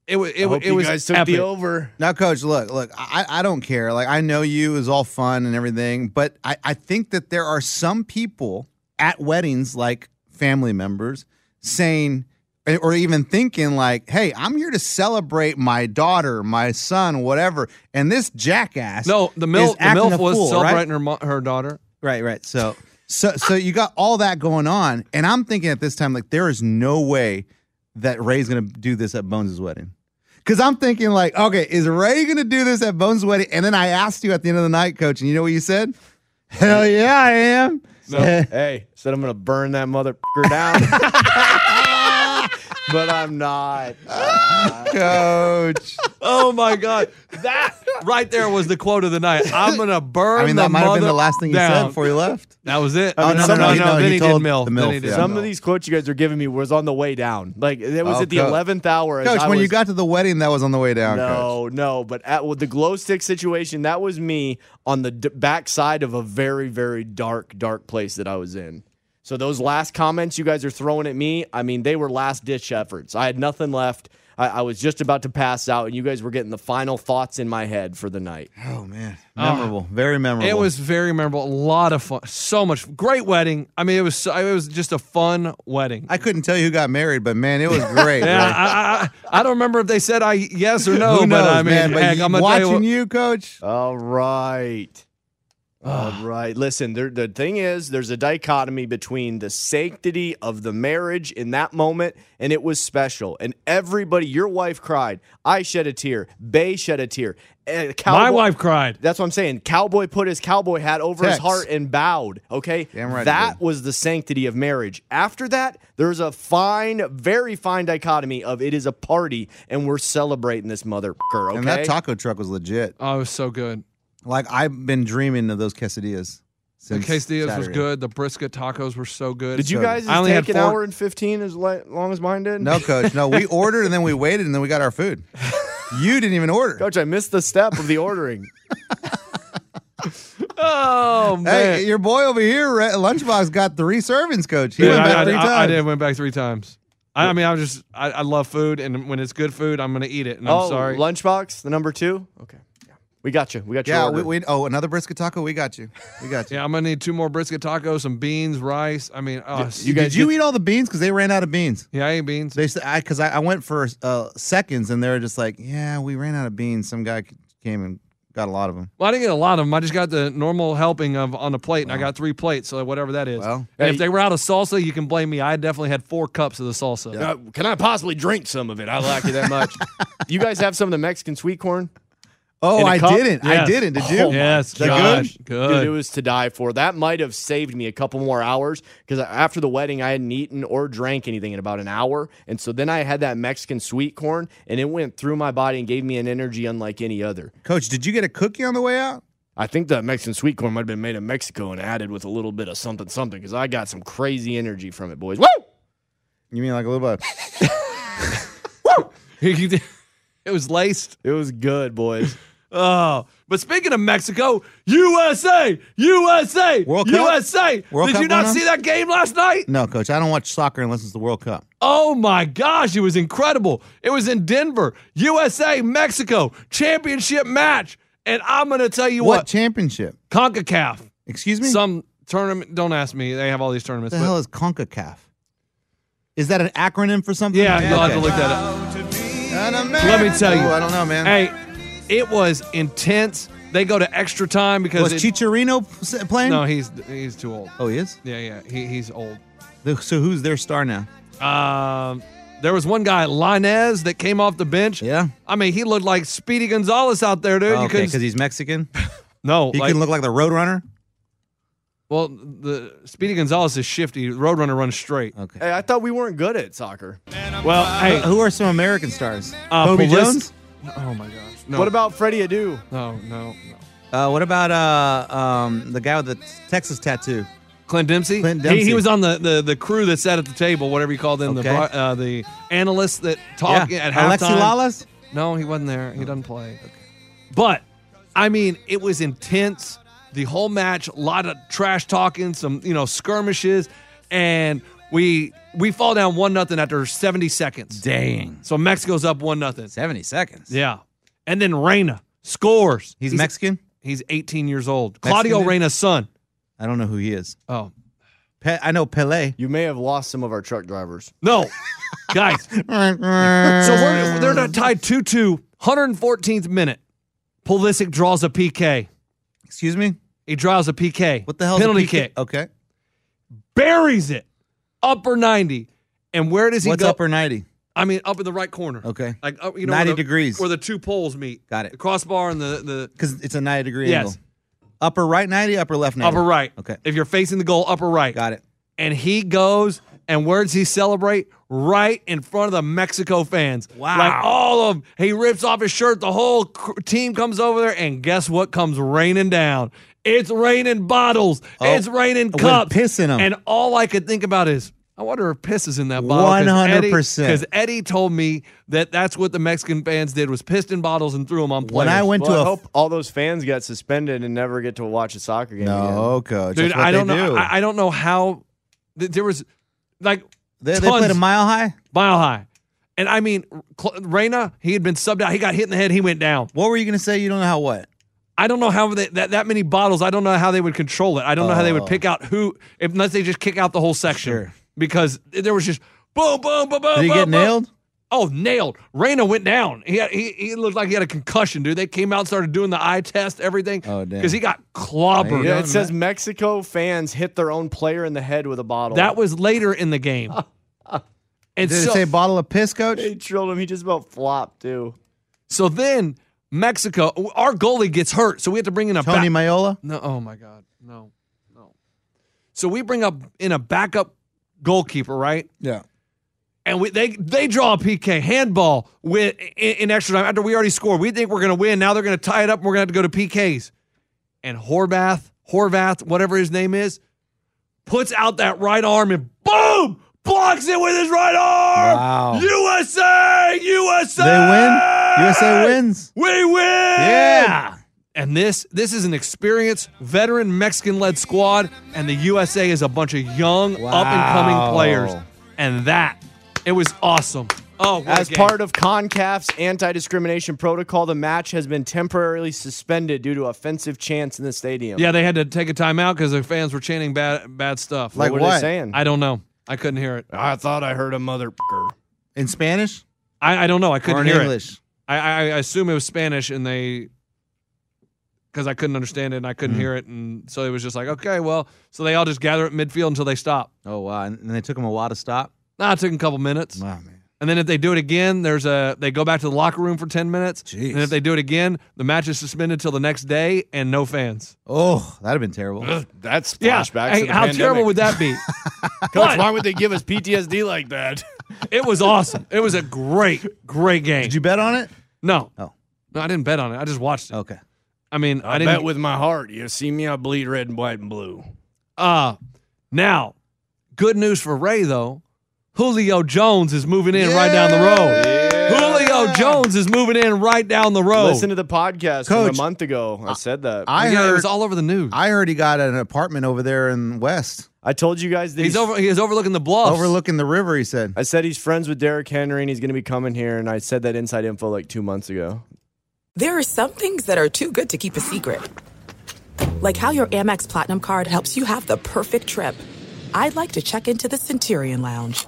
It was it, I wa- hope it you was guys took epic. the over. Now, coach, look, look, I, I don't care. Like, I know you it was all fun and everything, but I, I think that there are some people at weddings, like family members, saying eh, or even thinking like, hey, I'm here to celebrate my daughter, my son, whatever. And this jackass No, the is MILF, the acting a MILF was fool, right? celebrating her mo- her daughter. Right, right. So, so, so you got all that going on, and I'm thinking at this time, like, there is no way that Ray's gonna do this at Bones' wedding, because I'm thinking, like, okay, is Ray gonna do this at Bones' wedding? And then I asked you at the end of the night, Coach, and you know what you said? Hell yeah, I am. No, hey, said I'm gonna burn that mother down, but I'm not. Coach. Oh my god, that right there was the quote of the night. I'm gonna burn. I mean, the that might have been the mother last thing you said down. before you left. That was it. Oh, no, no, no, no, Then he he did told MILF. the Then MILF, he did yeah. MILF. Some of these quotes you guys are giving me was on the way down. Like it was Oh, at the Coach. eleventh hour. as Coach, I when you was- got to the wedding, that was on the way down. Coach. No, no, but at with the glow stick situation, that was me on the d- backside of a very, very dark, dark place that I was in. So those last comments you guys are throwing at me, I mean, they were last ditch efforts. I had nothing left. I, I was just about to pass out, and you guys were getting the final thoughts in my head for the night. Oh man, memorable, very memorable. Ah. It was very memorable. A lot of fun. So much great wedding. I mean, it was so, it was just a fun wedding. I couldn't tell you who got married, but man, it was great. yeah, Ray. I, I, I don't remember if they said I yes or no, Who knows, but I mean, man? But heck, you- I'm gonna tell you Uh, watching what- you, coach. All right. Ah. All right. Listen, there, the thing is, there's a dichotomy between the sanctity of the marriage in that moment, and it was special. And everybody, your wife cried. I shed a tear. Bay shed a tear. And My Cowboy- wife cried. That's what I'm saying. Cowboy put his cowboy hat over his Tex. heart and bowed. Okay. Damn right he that did. was the sanctity of marriage. After that, there's a fine, very fine dichotomy of it is a party and we're celebrating this mother. Okay. And that taco truck was legit. Oh, it was so good. Like I've been dreaming of those The quesadillas. Since quesadillas was Saturday. good. The brisket tacos were so good. Did you So- guys I only take had an four- hour and fifteen as li- long as mine did? No, coach. No, we ordered and then we waited and then we got our food. You didn't even order. coach, I missed the step of the ordering. Oh man. hey, your boy over here, Re- Lunchbox, got three servings, coach. He Dude, went I- back I, three I- times. I, did went back three times. I, I mean, I was just I, I love food, and when it's good food, I'm gonna eat it. And I'm oh, sorry. lunchbox, the number two. Okay, We got you. We got your Yeah, order. we, we oh another brisket taco. We got you. We got you. Yeah, I'm gonna need two more brisket tacos, some beans, rice. I mean, oh, Did- did you eat all the beans? Because they ran out of beans. Yeah, I ate beans. They s- I because I, I went for uh, seconds and they were just like, yeah, we ran out of beans. Some guy c- came and got a lot of them. Well, I didn't get a lot of them. I just got the normal helping of on a plate, and I got three plates, so whatever that is. Well. and Hey. if they were out of salsa, you can blame me. I definitely had four cups of the salsa. Uh, can I possibly drink some of it? I like it that much. you guys have some of the Mexican sweet corn? Oh, In a I cup? didn't. I Yes. didn't. Did you? Oh my Yes, God. gosh, Dude, good. it was to die for. That might have saved me a couple more hours because after the wedding, I hadn't eaten or drank anything in about an hour, and so then I had that Mexican sweet corn, and it went through my body and gave me an energy unlike any other. Coach, did you get a cookie on the way out? I think that Mexican sweet corn might have been made in Mexico and added with a little bit of something something because I got some crazy energy from it, boys. Woo! You mean like a little bit? it was laced. It was good, boys. Oh, but speaking of Mexico, USA, USA, World Cup? USA. World Did Cup you not going on? see that game last night? No, Coach. I don't watch soccer unless it's the World Cup. Oh my gosh, it was incredible. It was in Denver, USA, Mexico, championship match. And I'm going to tell you What what, championship? CONCACAF, Excuse me. some tournament, don't ask me. They have all these what tournaments. the but- hell is Concacaf? Is that an acronym for something? yeah, you'll have to look that up. Let me tell you. I don't know, man. Hey, it was intense. They go to extra time because was it- Chicharito s- playing? no, he's he's too old. Oh, he is. Yeah, yeah, he, he's old. The- So who's their star now? Um, there was one guy, Linez, that came off the bench. Yeah. Oh, I mean, he looked like Speedy Gonzalez out there, dude. you okay, couldn't because he's Mexican. no, He like- can look like the Roadrunner. well, the Speedy Gonzalez is shifty. Roadrunner runs straight. Okay. hey, I thought we weren't good at soccer. Well, hey, Who are some American stars? Uh, Bobby Pulis- Jones. oh my gosh, no, What about Freddie Adu? no, no, no. Uh, what about uh, um, the guy with the Texas tattoo? Clint Dempsey. Clint He, Dempsey. he was on the, the, the crew that sat at the table, whatever you call them, Okay. the bar- uh, the analysts that talk at halftime. Alexi Lalas. No, he wasn't there. He doesn't play. But I mean, it was intense. The whole match, a lot of trash talking, some you know skirmishes, and we we fall down one nothing after seventy seconds. Dang, So Mexico's up one nothing. seventy seconds. Yeah, and then Reyna scores. He's, Mexican. He's eighteen years old. Mexican Claudio dude? Reyna's son. I don't know who he is. Oh Pe- I know Pele. You may have lost some of our truck drivers. no, guys. So we're, they're not tied 2 2. 114th minute. Pulisic draws a PK. Excuse me. He draws a PK. What the hell? is a Penalty PK? kick. Okay. Buries it. Upper 90. And where does he What's go? upper ninety? I mean, up in the right corner. Okay. Like, up, you know, 90 where the- degrees. Where the two poles meet. Got it. The crossbar and the, the Because it's a ninety degree Yes. angle. Upper right ninety. Upper left ninety. upper right. Okay. If you're facing the goal, upper right. Got it. And he goes, and where does he celebrate? Right in front of the Mexico fans. Wow. Like all of them. He rips off his shirt. The whole cr- team comes over there, and guess what comes raining down? It's raining bottles. it's raining Oh, with cups. piss in 'em. And all I could think about is, I wonder if piss is in that bottle. 100%. Because Eddie told me that that's what the Mexican fans did was pissed in bottles and threw them on players. When I went Well, I to a hope all those fans got suspended and never get to watch a soccer game again. no, coach. Dude, that's what I don't they know. do. I, I don't know how. th- there was, like, they, they played tons- a mile high. mile high. And I mean, Cl- Reyna, he had been subbed out. He got hit in the head. He went down. What were you gonna say? You don't know how what? I don't know how they, that that many bottles. I don't know how they would control it. I don't know how they would pick out who, if, unless they just kick out the whole section. Oh. Sure. Because there was just boom, boom, boom, boom. Did he boom, get boom. nailed? Oh, nailed. Reyna went down. He, had, he he looked like he had a concussion, dude. They came out, and started doing the eye test, everything. Oh, damn. Because he got clobbered. Yeah, it says Mexico fans hit their own player in the head with a bottle. That was later in the game. and Did so, it say bottle of piss, coach? they drilled him. He just about flopped too. so then Mexico, our goalie gets hurt, so we have to bring in a back- Tony Mayola. No, oh my God, no, no. So we bring up in a backup goalkeeper, right? Yeah. And we they they draw a PK handball with in, in extra time after we already scored. We think we're gonna win. Now they're gonna tie it up. and We're gonna have to go to PKs. And Horvath, Horvath, whatever his name is, puts out that right arm and boom, blocks it with his right arm. Wow. USA, USA. They win. USA wins. We win. Yeah. And this this is an experienced, veteran Mexican-led squad, and the USA is a bunch of young, up-and-coming Wow. players. And that it was awesome. Oh, what a as game. part of CONCACAF's anti-discrimination protocol, the match has been temporarily suspended due to offensive chants in the stadium. Yeah, they had to take a timeout because their fans were chanting bad bad stuff. Like What were they what? saying? I don't know. I couldn't hear it. I thought I heard a mother. In Spanish? I, I don't know. I couldn't Or in hear English? it. I, I I assume it was Spanish, and they because I couldn't understand it and I couldn't hear it, and so it was just like okay, well, so they all just gather at midfield until they stop. Oh wow! And and they took them a while to stop. Nah, it took 'em a couple minutes. Wow, man. And then if they do it again, there's a they go back to the locker room for ten minutes. And if they do it again, the match is suspended till the next day and no fans. Oh, that'd have been terrible. That's Yeah. flashbacks. Hey, to the how pandemic. terrible would that be? Coach, why would they give us PTSD like that? It was awesome. It was a great, great game. Did you bet on it? No. Oh. No, I didn't bet on it. I just watched it. Okay. I mean, I, I didn't. bet with my heart. You see me, I bleed red and white and blue. uh, now, good news for Ray, though. Julio Jones is moving in right down the road. Julio Jones is moving in right down the road. Listen to the podcast from Coach, a month ago. I said that. I, I yeah, heard. it was all over the news. I heard he got an apartment over there in West, told you guys that he's over. He is overlooking the bluffs. overlooking the river. He said. I said he's friends with Derrick Henry and he's going to be coming here. And I said that inside info like two months ago. There are some things that are too good to keep a secret. Like how your Amex Platinum card helps you have the perfect trip. I'd like to check into the Centurion Lounge.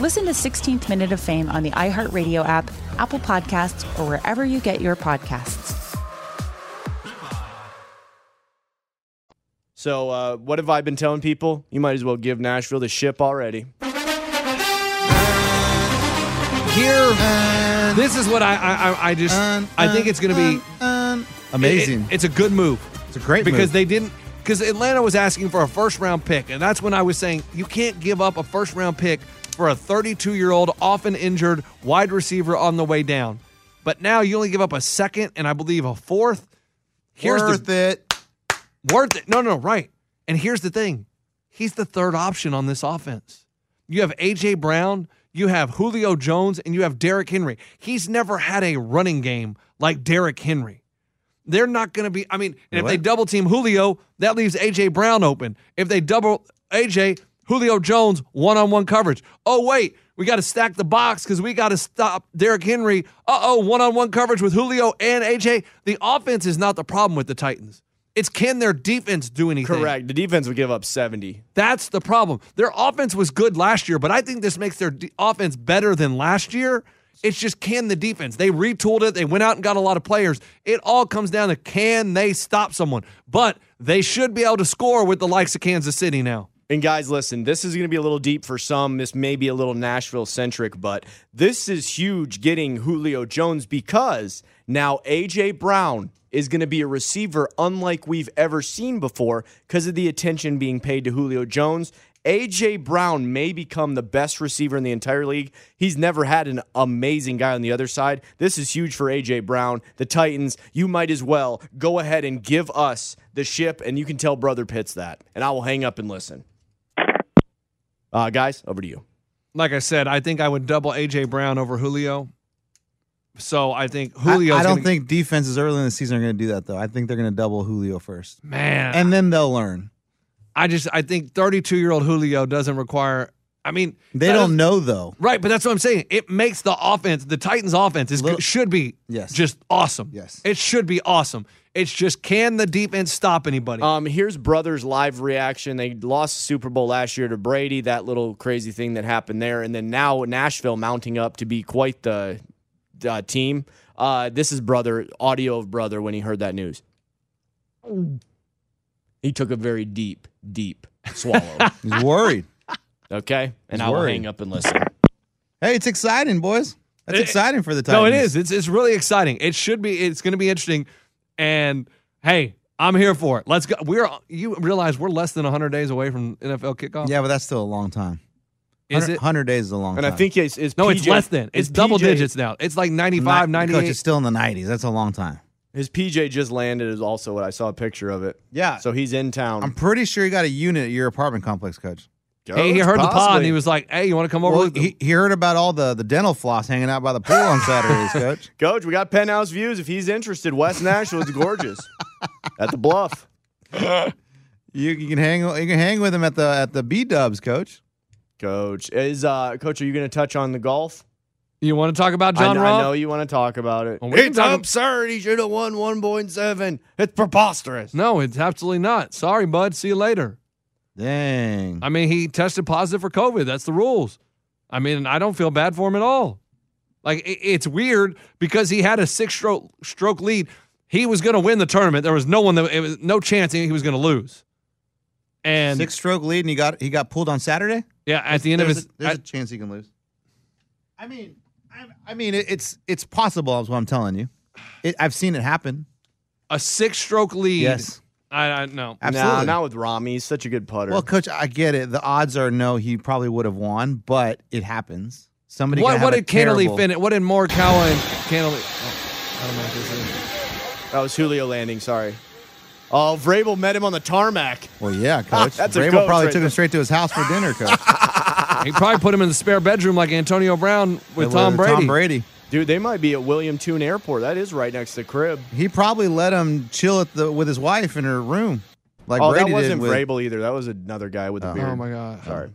Listen to 16th Minute of Fame on the iHeartRadio app, Apple Podcasts, or wherever you get your podcasts. So, uh, what have I been telling people? You might as well give Nashville the ship already. here. This is what I I, I- I just I think it's going to be Amazing. it- it's a good move it's a great because move. they didn't because Atlanta was asking for a first round pick, and that's when I was saying you can't give up a first round pick for a 32 year old often injured wide receiver on the way down. But now you only give up a second and I believe a fourth. Here's worth the it. worth it. No, no, right. And here's the thing. He's the third option on this offense. You have AJ Brown, you have Julio Jones, and you have Derrick Henry. He's never had a running game like Derrick Henry. They're not going to be. I mean, and if they What? double team Julio, that leaves AJ Brown open. If they double AJ, Julio Jones one on one coverage. Oh wait, we got to stack the box because we got to stop Derrick Henry. Uh oh, one on one coverage with Julio and AJ. The offense is not the problem with the Titans. It's can their defense do anything? Correct. The defense would give up 70. That's the problem. Their offense was good last year, but I think this makes their de- offense better than last year. It's just can the defense. They retooled it. They went out and got a lot of players. It all comes down to can they stop someone? But they should be able to score with the likes of Kansas City now. And guys, listen, this is going to be a little deep for some. This may be a little Nashville centric, but this is huge getting Julio Jones because now AJ Brown is going to be a receiver unlike we've ever seen before because of the attention being paid to Julio Jones. AJ Brown may become the best receiver in the entire league. He's never had an amazing guy on the other side. This is huge for AJ Brown. The Titans, you might as well go ahead and give us the ship, and you can tell Brother Pitts that. And I will hang up and listen. Uh, guys, over to you. Like I said, I think I would double AJ Brown over Julio. So I think Julio. I, I don't think defenses early in the season are going to do that though. I think they're going to double Julio first, Man. and then they'll learn. I just I think 32 year old Julio doesn't require. I mean, They that don't is- know though. Right, but that's what I'm saying. It makes the offense, the Titans' offense, is, should be Yes. just awesome. Yes. it should be awesome. It's just can the defense stop anybody? Uh, Um, here's Brothers' live reaction. They lost the Super Bowl last year to Brady, that little crazy thing that happened there. And then now Nashville mounting up to be quite the uh, team. Uh, this is Brother, audio of Brother when he heard that news. He took a very deep, deep swallow. He's worried. okay. And I will worried. hang up and listen. Hey, it's exciting, boys. That's It- exciting for the Titans. no, it is. It's it's really exciting. It should be. It's going to be interesting. And hey, I'm here for it. Let's go. We're you realize we're less than 100 days away from NFL kickoff. Yeah, but that's still a long time. Is it? Hundred days is a long And time. I think it's, it's No, it's PJ less than. It's is double PJ digits now. It's like 95, Ni- Coach, it's 98. still in the nineties. That's a long time. His PJ just landed is also what I saw a picture of it. Yeah. So he's in town. I'm pretty sure you got a unit at your apartment complex, Coach. Hey, he Coach, heard the pod and possibly. he was like, "Hey, you want to come over?" oh, Well, with- he, he heard about all the, the dental floss hanging out by the pool on Saturdays, Coach. Coach, we got penthouse views. If he's interested, West Nashville is gorgeous at the Bluff. You, you can hang you can hang with him at the at the B Dubs, Coach. Coach is uh, Coach. Are you going to touch on the golf? you want to talk about John I, kn- I know Rahm? you want to talk about it. Well, we can talk ab- absurd. He should have won one point seven. It's preposterous. No, it's absolutely not. Sorry, bud. See you later. Dang. I mean, he tested positive for COVID. That's the rules. I mean, I don't feel bad for him at all. Like i- it's weird because he had a six stroke stroke lead. He was going to win the tournament. There was no one that it was no chance he was going to lose. And Six stroke lead and he got he got pulled on Saturday? yeah, at the end of there's his a, there's I- a chance he can lose. I mean, I, I mean it, it's it's possible is what I'm telling you. It, I've seen it happen. a, six stroke lead. Yes. I, I no. Nah, Absolutely. not with Rami. He's such a good putter. Well, coach, I get it. The odds are no, he probably would have won, but it happens. Somebody What can what have did a terrible, Cantley finish? What did Morikawa and Cantley? Oh, I don't know what this is. that was Julio landing. Sorry. Oh, Vrabel met him on the tarmac. Well, yeah, coach. That's a Vrabel coach probably right took there. him straight to his house for dinner, coach. He probably put him in the spare bedroom like Antonio Brown with Tom Brady. Tom Brady. Dude, they might be at William Toon Airport. That is right next to the crib. He probably let him chill at the with his wife in her room, like oh, Brady that wasn't did. With, Vrabel either. That was another guy with a beard. Oh my god. Sorry.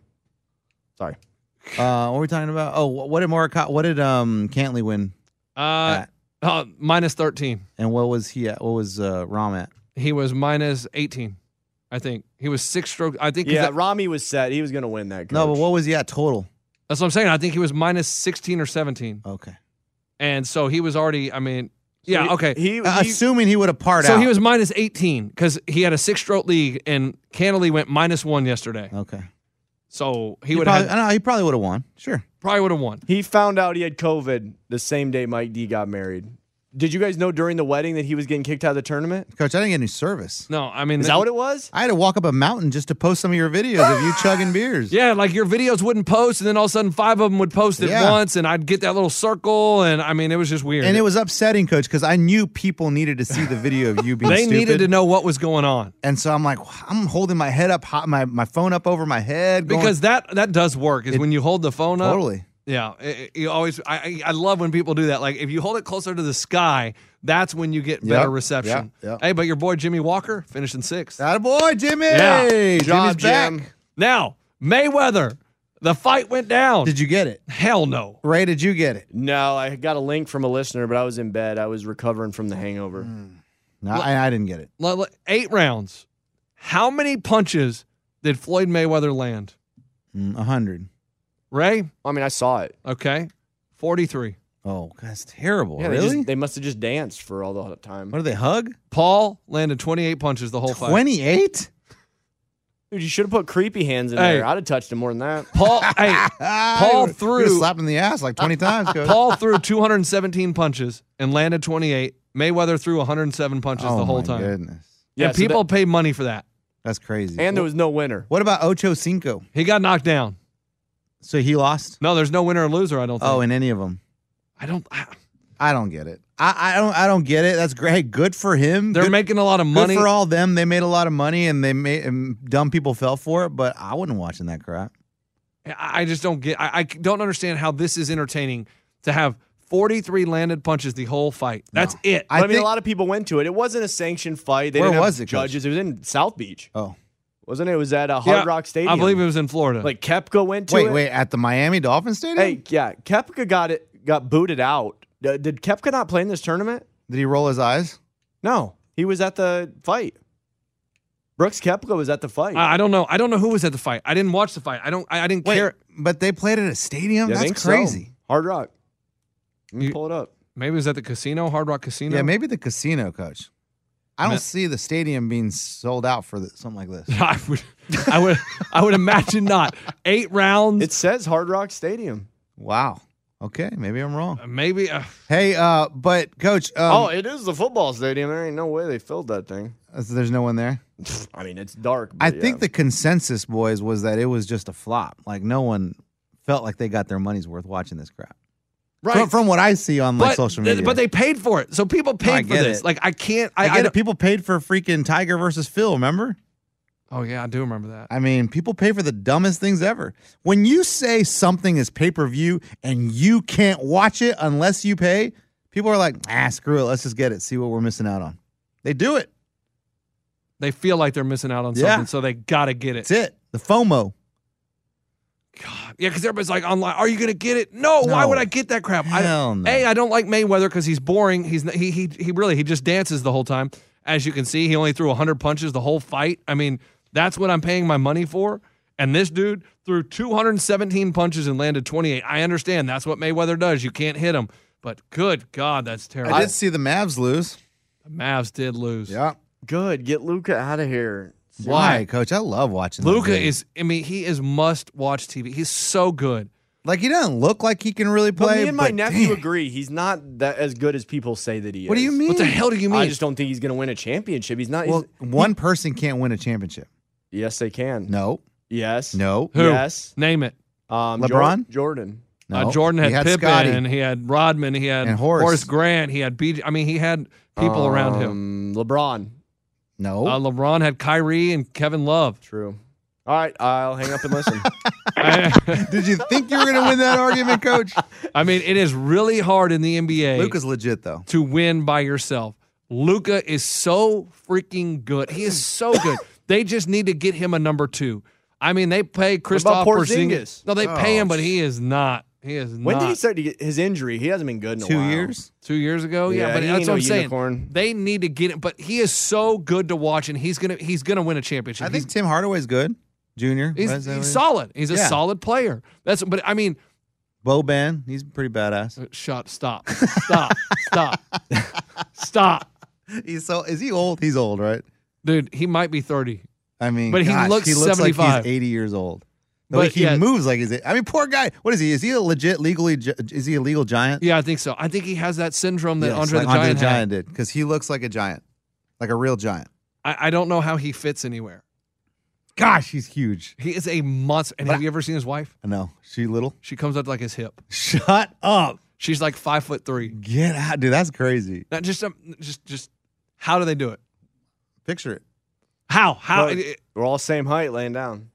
Sorry. uh, what were we talking about? Oh, wh- what did Morikawa? What did um Cantley win? Uh, uh, minus 13. And what was he at? What was uh, Rom at? He was minus 18, I think. He was six strokes. I think 'cause Yeah, that- Rami was set. He was going to win that. Coach. No, but what was he at total? that's what I'm saying. I think he was minus 16 or 17. Okay. And so he was already, I mean, yeah, He- okay. He, Uh, he- assuming he would have parted so out. he was minus 18 because he had a six stroke league and Cannily went minus one yesterday. okay. So he, He would would have probably, had- no, he probably would have won. Sure. probably would have won. He found out he had COVID the same day Mike D got married. Did you guys know during the wedding that he was getting kicked out of the tournament? Coach, I didn't get any service. No, I mean, Is that what it was? I had to walk up a mountain just to post some of your videos of you chugging beers. Yeah, like your videos wouldn't post, and then all of a sudden five of them would post at Yeah. once, and I'd get that little circle, and I mean, it was just weird. And it was upsetting, coach, because I knew people needed to see the video of you being they stupid. needed to know what was going on And so I'm like, I'm holding my head up, hot, my, my phone up over my head. going- because that that does work. Is when you hold the phone up. totally. Yeah, it- it- you always. I I I love when people do that. Like if you hold it closer to the sky, that's when you get better Yep, reception. yep, yep. Hey, but your boy Jimmy Walker finishing sixth. That boy, Jimmy. Yeah. Jimmy's Job, back. Jim. now Mayweather, the fight went down. Did you get it? Hell no. Ray, did you get it? No, I got a link from a listener, but I was in bed. I was recovering from the hangover. No, I, I didn't get it. L- l- Eight rounds. How many punches did Floyd Mayweather land? Mm, A hundred. Ray, I mean, I saw it. okay, forty-three. Oh, that's terrible. Yeah, really? They, just, they must have just danced for all the time. what do they hug? Paul landed twenty-eight punches the whole fight. Twenty-eight. Dude, you should have put creepy hands in Hey. there. I'd have touched him more than that. Paul, hey, Paul Ah, You threw slapped in the ass like twenty times, coach. Paul threw 217 punches and landed 28. Mayweather threw 107 punches oh the whole my time. goodness. Yeah, Yeah, so people pay money for that. That's crazy. And there was no winner. What about Ocho Cinco? He got knocked down. So he lost? No, there's no winner or loser, I don't think. Oh, in any of them. I don't I, don't get it. I, I don't I don't get it. That's great. Good for him. They're Good- making a lot of good money. for all them. They made a lot of money and they made and dumb people fell for it, but I wasn't watching that crap. I I just don't get. I, I don't understand how this is entertaining to have 43 landed punches the whole fight. That's it. I, mean, a lot of people went to it. It wasn't a sanctioned fight. They Where didn't have was it, Coach? judges. It was in South Beach. Oh. Wasn't it? It was at a Hard Yeah, Rock Stadium. I believe it was in Florida. Like Kepka went to Wait, it. wait, at the Miami Dolphins Stadium? Hey, yeah, Kepka got it got booted out. D- Did Kepka not play in this tournament? Did he roll his eyes? No, he was at the fight. Brooks Kepka was at the fight. I, I don't know. I don't know who was at the fight. I didn't watch the fight. I don't. I, I didn't care. But they played at a stadium? Yeah, I think That's so. crazy. Hard Rock. Let me You- pull it up. Maybe it was at the casino, Hard Rock Casino. Yeah, maybe the casino coach. I don't Man. see the stadium being sold out for the, something like this. I would. I would. I would imagine not. Eight rounds. It says Hard Rock Stadium. Wow. Okay, maybe I'm wrong. maybe. Uh, Hey, uh, but coach, oh, um, it is the football stadium. There ain't no way they filled that thing. uh, there's no one there. I mean, it's dark. I but yeah. think the consensus, boys, was that it was just a flop. Like no one felt like they got their money's worth watching this crap. right. From, from what I see on like but, social th- media, but they paid for it, so people paid I for get this. it. Like I can't. I, I, get don't- it. People paid for freaking Tiger versus Phil. Remember? Oh yeah, I do remember that. I mean, people pay for the dumbest things ever. When you say something is pay per view and you can't watch it unless you pay, people are like, ah, screw it. Let's just get it. See what we're missing out on. They do it. They feel like they're missing out on Yeah. something, so they gotta get it. That's it. The FOMO. Yeah, because everybody's like online. Are you gonna get it? No. Why No. would I get that crap? Hell I, no. A, I don't like Mayweather because he's boring. He's n- he he he really he just dances the whole time. As you can see, he only threw hundred punches the whole fight. I mean, that's what I'm paying my money for. And this dude threw 217 punches and landed 28. I understand that's what Mayweather does. You can't hit him. But good God, that's terrible. I did see the Mavs lose. the Mavs did lose. Yeah. good. Get Luca out of here. Why, coach? I love watching that Luca game. is. I mean, he is must watch TV. He's so good. like he doesn't look like he can really play. But me and my but nephew damn, agree. He's not that as good as people say that he is. What do you mean? What the hell do you mean? I just don't think he's going to win a championship. He's not. Well, he's- one person can't win a championship. yes, they can. No, Yes. no, Who? Yes. Name it. Um, LeBron? Jor- Jordan. no. Uh, Jordan had, He Pippen, Scotty. and he had Rodman, he had And Horace. Grant, he had BJ. I mean, he had people around him. Um, LeBron. No, Uh, LeBron had Kyrie and Kevin Love. True. All right, I'll hang up and listen. I, did you think you were going to win that argument, coach? I mean, it is really hard in the NBA Luca's legit though. to win by yourself. Luca is so freaking good. He is so good. they just need to get him a number two. I mean, they pay Christoph about Porzingis. Porzingis? Oh, No, they pay him, but he is not. He is when not. did he start to get his injury? He hasn't been good in a Two while. years. two years ago. Yeah, Yeah, but he that's ain't what no I'm saying. unicorn. They need to get him. But he is so good to watch, and he's gonna he's gonna win a championship. I He's- think Tim Hardaway's good. Junior. He's, What is that he's what- solid. He's a Yeah. solid player. That's but I mean, uh, Boban. He's pretty badass. shut, stop, stop, stop, stop, He's so. Is he old? He's old, right? dude. He might be thirty. I mean, But he gosh, looks he looks like 75. he's 80 years old. The But way he yeah. moves like he's. I mean, poor guy. What is he? Is he a legit legally? gi- Is he a legal giant? Yeah, I think so. I think he has that syndrome that Yes, Andre like the Giant, had. did because he looks like a giant, like a real giant. I, I don't know how he fits anywhere. Gosh, he's huge. He is a monster. And have you ever seen his wife? I know. She little. She comes up like his hip. Shut up. She's like five foot three. Get out, dude. That's crazy. Not just um, just just how do they do it? Picture it. How how? But it- it- We're all same height, laying down.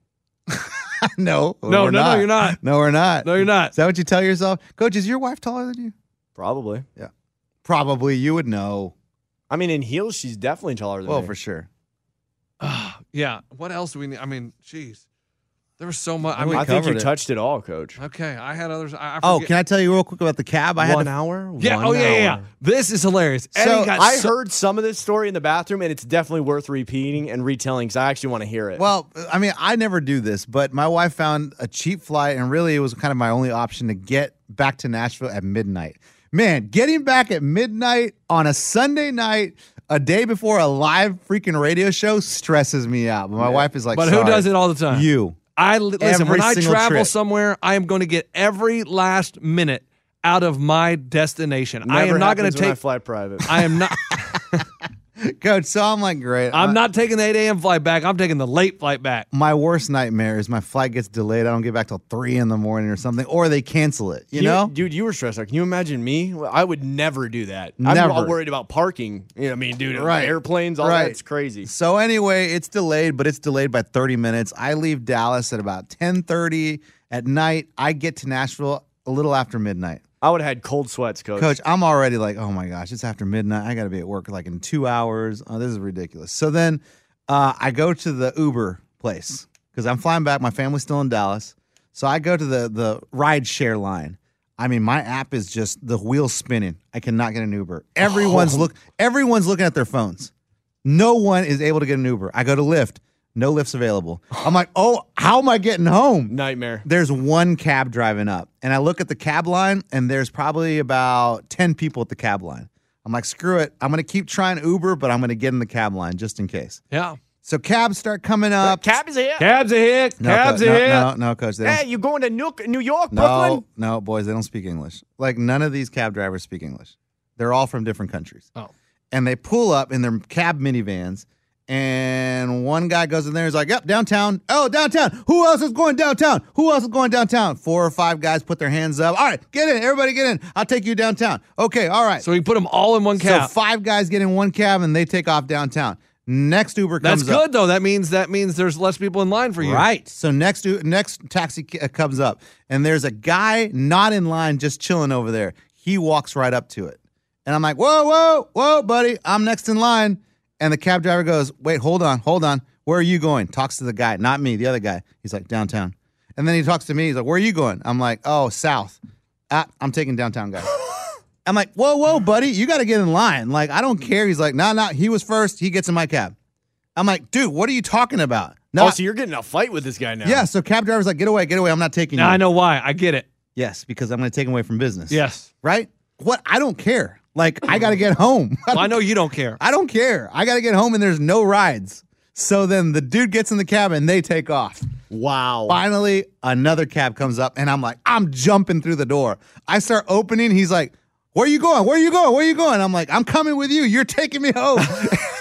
No, no, we're no, no, you're not. No, we're not. no, you're Is not. that what you tell yourself, Coach? Is your wife taller than you? Probably. Probably. You would know. I mean, in heels, she's definitely taller than Well, me. for sure. yeah. What else do we need? I mean, jeez, there was so much. I We mean, I think you covered it. touched it all, Coach. okay, I had others. I, I Oh, forget- can I tell you real quick about the cab? I had One to, hour. Yeah. One oh, yeah, yeah, yeah. hour. This is hilarious. So, Eddie got I so- heard some of this story in the bathroom, and it's definitely worth repeating and retelling because I actually want to hear it. Well, I mean, I never do this, but my wife found a cheap flight, and really, it was kind of my only option to get back to Nashville at midnight. Man, getting back at midnight on a Sunday night, a day before a live freaking radio show, stresses me out. But my wife is like, But who "Sorry." does it all the time? You. I li- listen Every when I single travel trip. somewhere, I am going to get every last minute out of my destination. I Never am not going happens to when I take. fly private. I am not. Coach, so I'm like, great. I'm not taking the 8 a.m. flight back. I'm taking the late flight back. My worst nightmare is my flight gets delayed. I don't get back till three in the morning or something, or they cancel it. You know? dude, you were stressed out. Can you imagine me? Well, I would never do that. I'm Never. all worried about parking. You know, I mean, dude, Right. airplanes, all Right. that's crazy. So anyway, it's delayed, but it's delayed by 30 minutes. I leave Dallas at about 10:30 at night. I get to Nashville a little after midnight. I would have had cold sweats, coach. Coach, I'm already like, oh my gosh, it's after midnight. I got to be at work like in two hours. Oh, this is ridiculous. So then uh, I go to the Uber place because I'm flying back. My family's still in Dallas. So I go to the, the ride share line. I mean, my app is just the wheels spinning. I cannot get an Uber. Everyone's look. Everyone's looking at their phones. No one is able to get an Uber. I go to Lyft. No lifts available. I'm like, oh, how am I getting home? Nightmare. There's one cab driving up, and I look at the cab line, and there's probably about 10 people at the cab line. I'm like, screw it. I'm going to keep trying Uber, but I'm going to get in the cab line just in case. Yeah. So cabs start coming up. Cab is here. Cabs are here. No, Cabs co- are no, here. no, no, coach. They don't, Hey, you going to New, New York, Brooklyn? no, no, boys, they don't speak English. Like, none of these cab drivers speak English. They're all from different countries. Oh. And they pull up in their cab minivans, and one guy goes in there. He's like, "Yep, downtown. Oh, downtown. Who else is going downtown? Who else is going downtown?" Four or five guys put their hands up. All right, get in, everybody, get in. I'll take you downtown. Okay, all right. So we put them all in one So cab. five guys get in one cab, and they take off downtown. Next Uber That's comes up. good though. That means that means there's less people in line for you. Right. So next next taxi c- uh, comes up, and there's a guy not in line, just chilling over there. He walks right up to it, and I'm like, "Whoa, whoa, whoa, buddy! I'm next in line." And the cab driver goes, "Wait, hold on, hold on. Where are you going?" Talks to the guy, not me, the other guy. He's like, "Downtown," and then he talks to me. He's like, "Where are you going?" I'm like, "Oh, south." Ah, I'm taking downtown, guy. I'm like, "Whoa, whoa, buddy! You got to get in line. Like, I don't care." He's like, "No, nah, no. Nah, he was first. He gets in my cab." I'm like, "Dude, what are you talking about?" Oh, I- so you're getting a fight with this guy now. yeah, so cab driver's like, get away, get away. I'm not taking Now you. I know why. I get it. Yes, because I'm going to take him away from business. Yes. Right? What? I don't care. Like, I got to get home. Well, I know you don't care. I don't care. I got to get home and there's no rides. So then the dude gets in the cab and they take off. Wow. Finally, another cab comes up and I'm like, I'm jumping through the door. I start opening. He's like, Where are you going? Where are you going? Where are you going? I'm like, I'm coming with you. You're taking me home.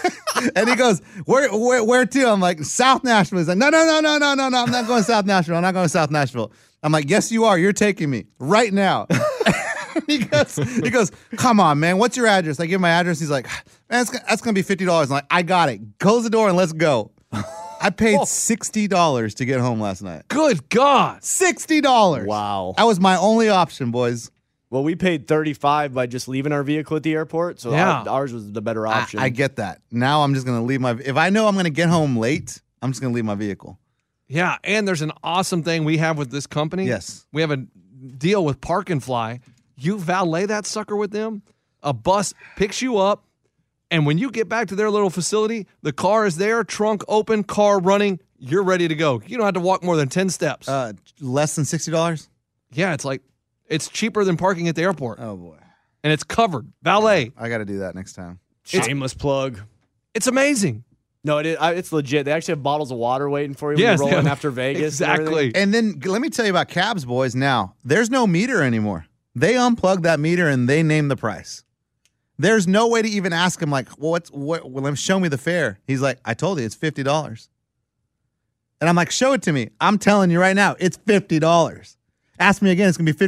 and he goes, where, where, where to? I'm like, South Nashville. He's like, No, no, no, no, no, no, no. I'm not going to South Nashville. I'm not going to South Nashville. I'm like, Yes, you are. You're taking me right now. he goes, he goes, come on, man. What's your address? I give him my address. He's like, man, that's, gonna- that's gonna be fifty dollars. Like, I got it. Close the door and let's go. I paid sixty dollars to get home last night. Good God. Sixty dollars. Wow. That was my only option, boys. Well, we paid 35 by just leaving our vehicle at the airport, so Yeah. our- ours was the better I, option. I get that. Now I'm just gonna leave my. If I know I'm gonna get home late, I'm just gonna leave my vehicle. Yeah, and there's an awesome thing we have with this company. Yes. We have a deal with Park and Fly. You valet that sucker with them. A bus picks you up, and when you get back to their little facility, the car is there, trunk open, car running. You're ready to go. You don't have to walk more than 10 steps. Uh, less than sixty dollars. yeah, it's like it's cheaper than parking at the airport, Oh boy, and it's covered. Valet. I gotta do that next time. Shameless plug. It's amazing. No, it is, I, it's legit. They actually have bottles of water waiting for you Yes, when you roll in yeah. after Vegas. and everything. Exactly. And then g- let me tell you about cabs, boys. Now, there's no meter anymore. They unplug that meter and they name the price. There's no way to even ask him, like, well, what's what? Well, let me show me the fare. He's like, I told you it's $50. And I'm like, show it to me. I'm telling you right now, it's $50. Ask me again, it's gonna be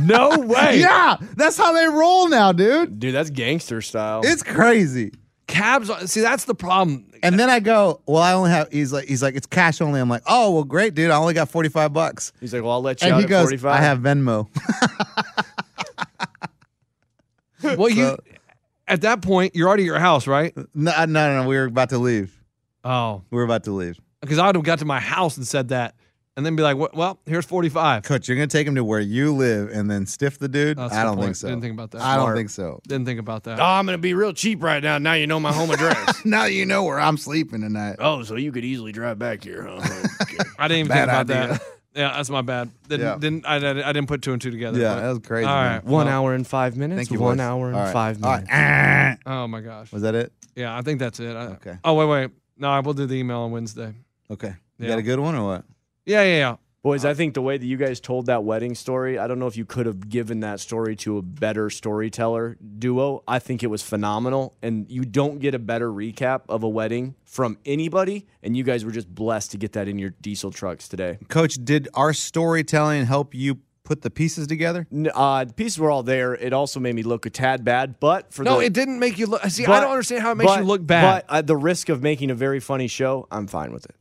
No way. yeah, that's how they roll now, dude. Dude, that's gangster style. It's crazy. Cabs. are- See, that's the problem. And then I go, well, I only have, he's like, he's like, it's cash only. I'm like, oh, well, great, dude. I only got 45 bucks. He's like, well, I'll let you And out he at goes, 45. I have Venmo. Well, you at that point, you're out of your house, right? Uh, No, no, no, no. We were about to leave. Oh, We were about to leave. because I would have got to my house and said that, and then be like, "Wh- "Well, here's 45." Coach, you're gonna take him to where you live and then stiff the dude. That's I the don't point. think so. Didn't think about that. I don't Smart. think so. Didn't think about that. oh, Ah, I'm going to be real cheap right now. Now you know my home address. Now you know where I'm sleeping tonight. oh, so you could easily drive back here, huh? Okay. I didn't even Bad think about idea. that. Yeah, that's my bad. Didn't Yeah. didn't I, I didn't put two and two together. yeah, but- that was crazy. All man. right. One well, hour and five minutes. Thank you. One boys. hour and All right. five All minutes. right. Ah. Oh my gosh. Was that it? Yeah, I think that's it. I- Okay. Oh wait, wait. No, I will do the email on Wednesday. Okay. You Yeah. got a good one or what? Yeah, yeah, yeah. Boys, I think the way that you guys told that wedding story, I don't know if you could have given that story to a better storyteller duo. I think it was phenomenal. And you don't get a better recap of a wedding from anybody. And you guys were just blessed to get that in your diesel trucks today. Coach, did our storytelling help you put the pieces together? N- Uh, the pieces were all there. It also made me look a tad bad, but for No, the, it didn't make you look. See, I but- don't understand how it makes but- you look bad. But at the risk of making a very funny show, I'm fine with it.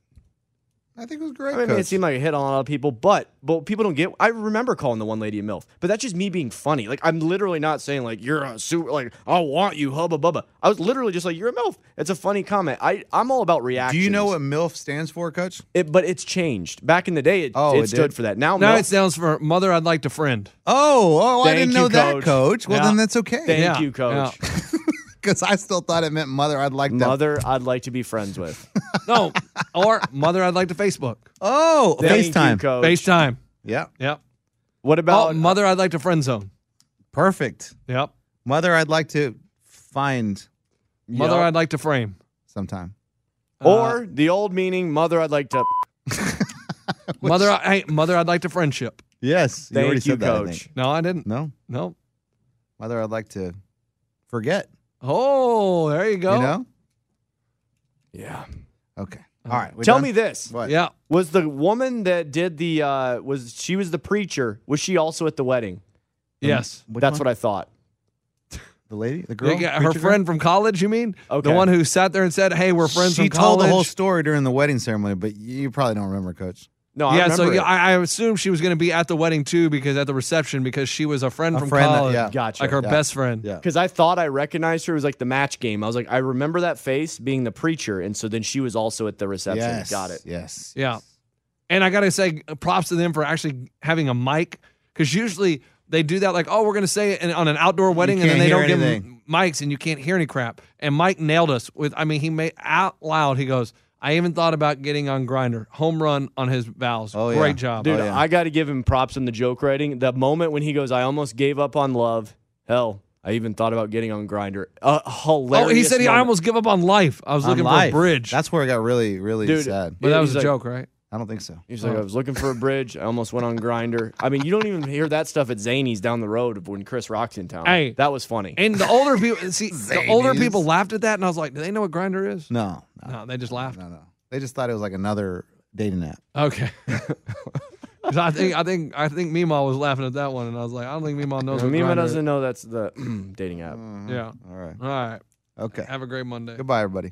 I think it was great. I mean, it seemed like it hit on a lot of people, but but people don't get. I remember calling the one lady a milf, but that's just me being funny. Like I'm literally not saying like you're a super like I want you hubba bubba. I was literally just like you're a milf. It's a funny comment. I I'm all about Do reactions. you know what MILF stands for, Coach? It, but it's changed. Back in the day, it, Oh, it, it stood did? for that. Now, now milf- it sounds for mother I'd like to friend. Oh, oh, I Thank didn't you, know that, Coach. Coach. Well, Yeah. then that's okay. thank Yeah, you, coach. Because I still thought it meant mother. I'd like to. Mother, I'd like to be friends with. No, or mother I'd like to Facebook. Oh, Thank you, FaceTime. coach. FaceTime. yeah, Yep. What Oh, about mother I'd like to friend zone. perfect. Yep. Mother, I'd like to find Mother Yep. I'd like to frame. sometime. uh-huh. or the old meaning? Mother, I'd like to. Mother, I, hey, mother I'd like to friendship. Yes, you already Thank you, said that, I coach. think. No, I didn't. No, No. mother, I'd like to forget. Oh, there you go. You know? Yeah. Okay. Uh, All right. we Tell done? me this. What? Yeah. Was the woman that did the uh was she was the preacher? Was she also at the wedding? Yes. Which That's one? what I thought. The lady, the You girl, got her preacher girl? friend from college, you mean? Okay. The one who sat there and said, hey, we're friends from She told college. the whole story during the wedding ceremony, but you probably don't remember, Coach. No, I yeah, remember. so it. yeah, I, I assume she was going to be at the wedding too, because at the reception, because she was a friend A from friend that- college, yeah. Gotcha. like her Yeah. best friend. Yeah. because I thought I recognized her. It was like the match game. I was like, I remember that face being the preacher, and so then she was also at the reception. Yes. Got it. Yes. Yeah. And I got to say, props to them for actually having a mic because usually they do that, like, oh, we're going to say it in- on an outdoor wedding, and then can't they hear don't give anything. them mics and you can't hear any crap. And Mike nailed us with, I mean, he made out loud, he goes, I even thought about getting on Grinder, home run on his vows. Oh, yeah. Great job. Dude, Oh, yeah. I got to give him props on the joke writing. The moment when he goes, I almost gave up on love. Hell, I even thought about getting on Grinder. Uh, Oh, hilarious. he said he I moment. almost give up on life. I was On looking life. for a bridge. That's where I got really, really Dude. sad. but that was he's a like- joke, right? I don't think so. He's Oh. like, I was looking for a bridge. I almost went on Grinder. I mean, you don't even hear that stuff at Zany's down the road of when Chris Rock's in town. Hey. that was funny. And the older people, see, the older Zanies. people laughed at that, and I was like, do they know what Grinder is? No, no, No, they just laughed. no, no. They just thought it was like another dating app. Okay. 'Cause I think I think I think Mima was laughing at that one, and I was like, I don't think Mima knows. what Mima Grindr doesn't know that's the dating app. is. Yeah. All right. All right. Okay. Have a great Monday. Goodbye, everybody.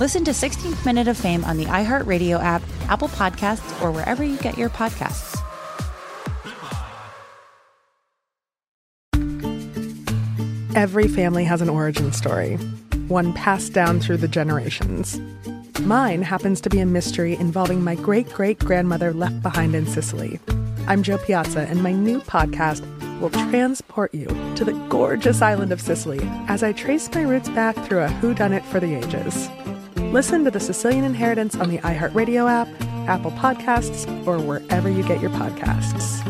Listen to 16th Minute of Fame on the iHeartRadio app, Apple Podcasts, or wherever you get your podcasts. Every family has an origin story, one passed down through the generations. Mine happens to be a mystery involving my great great grandmother left behind in Sicily. I'm Joe Piazza, and my new podcast will transport you to the gorgeous island of Sicily as I trace my roots back through a whodunit for the ages. Listen to The Sicilian Inheritance on the iHeartRadio app, Apple Podcasts, or wherever you get your podcasts.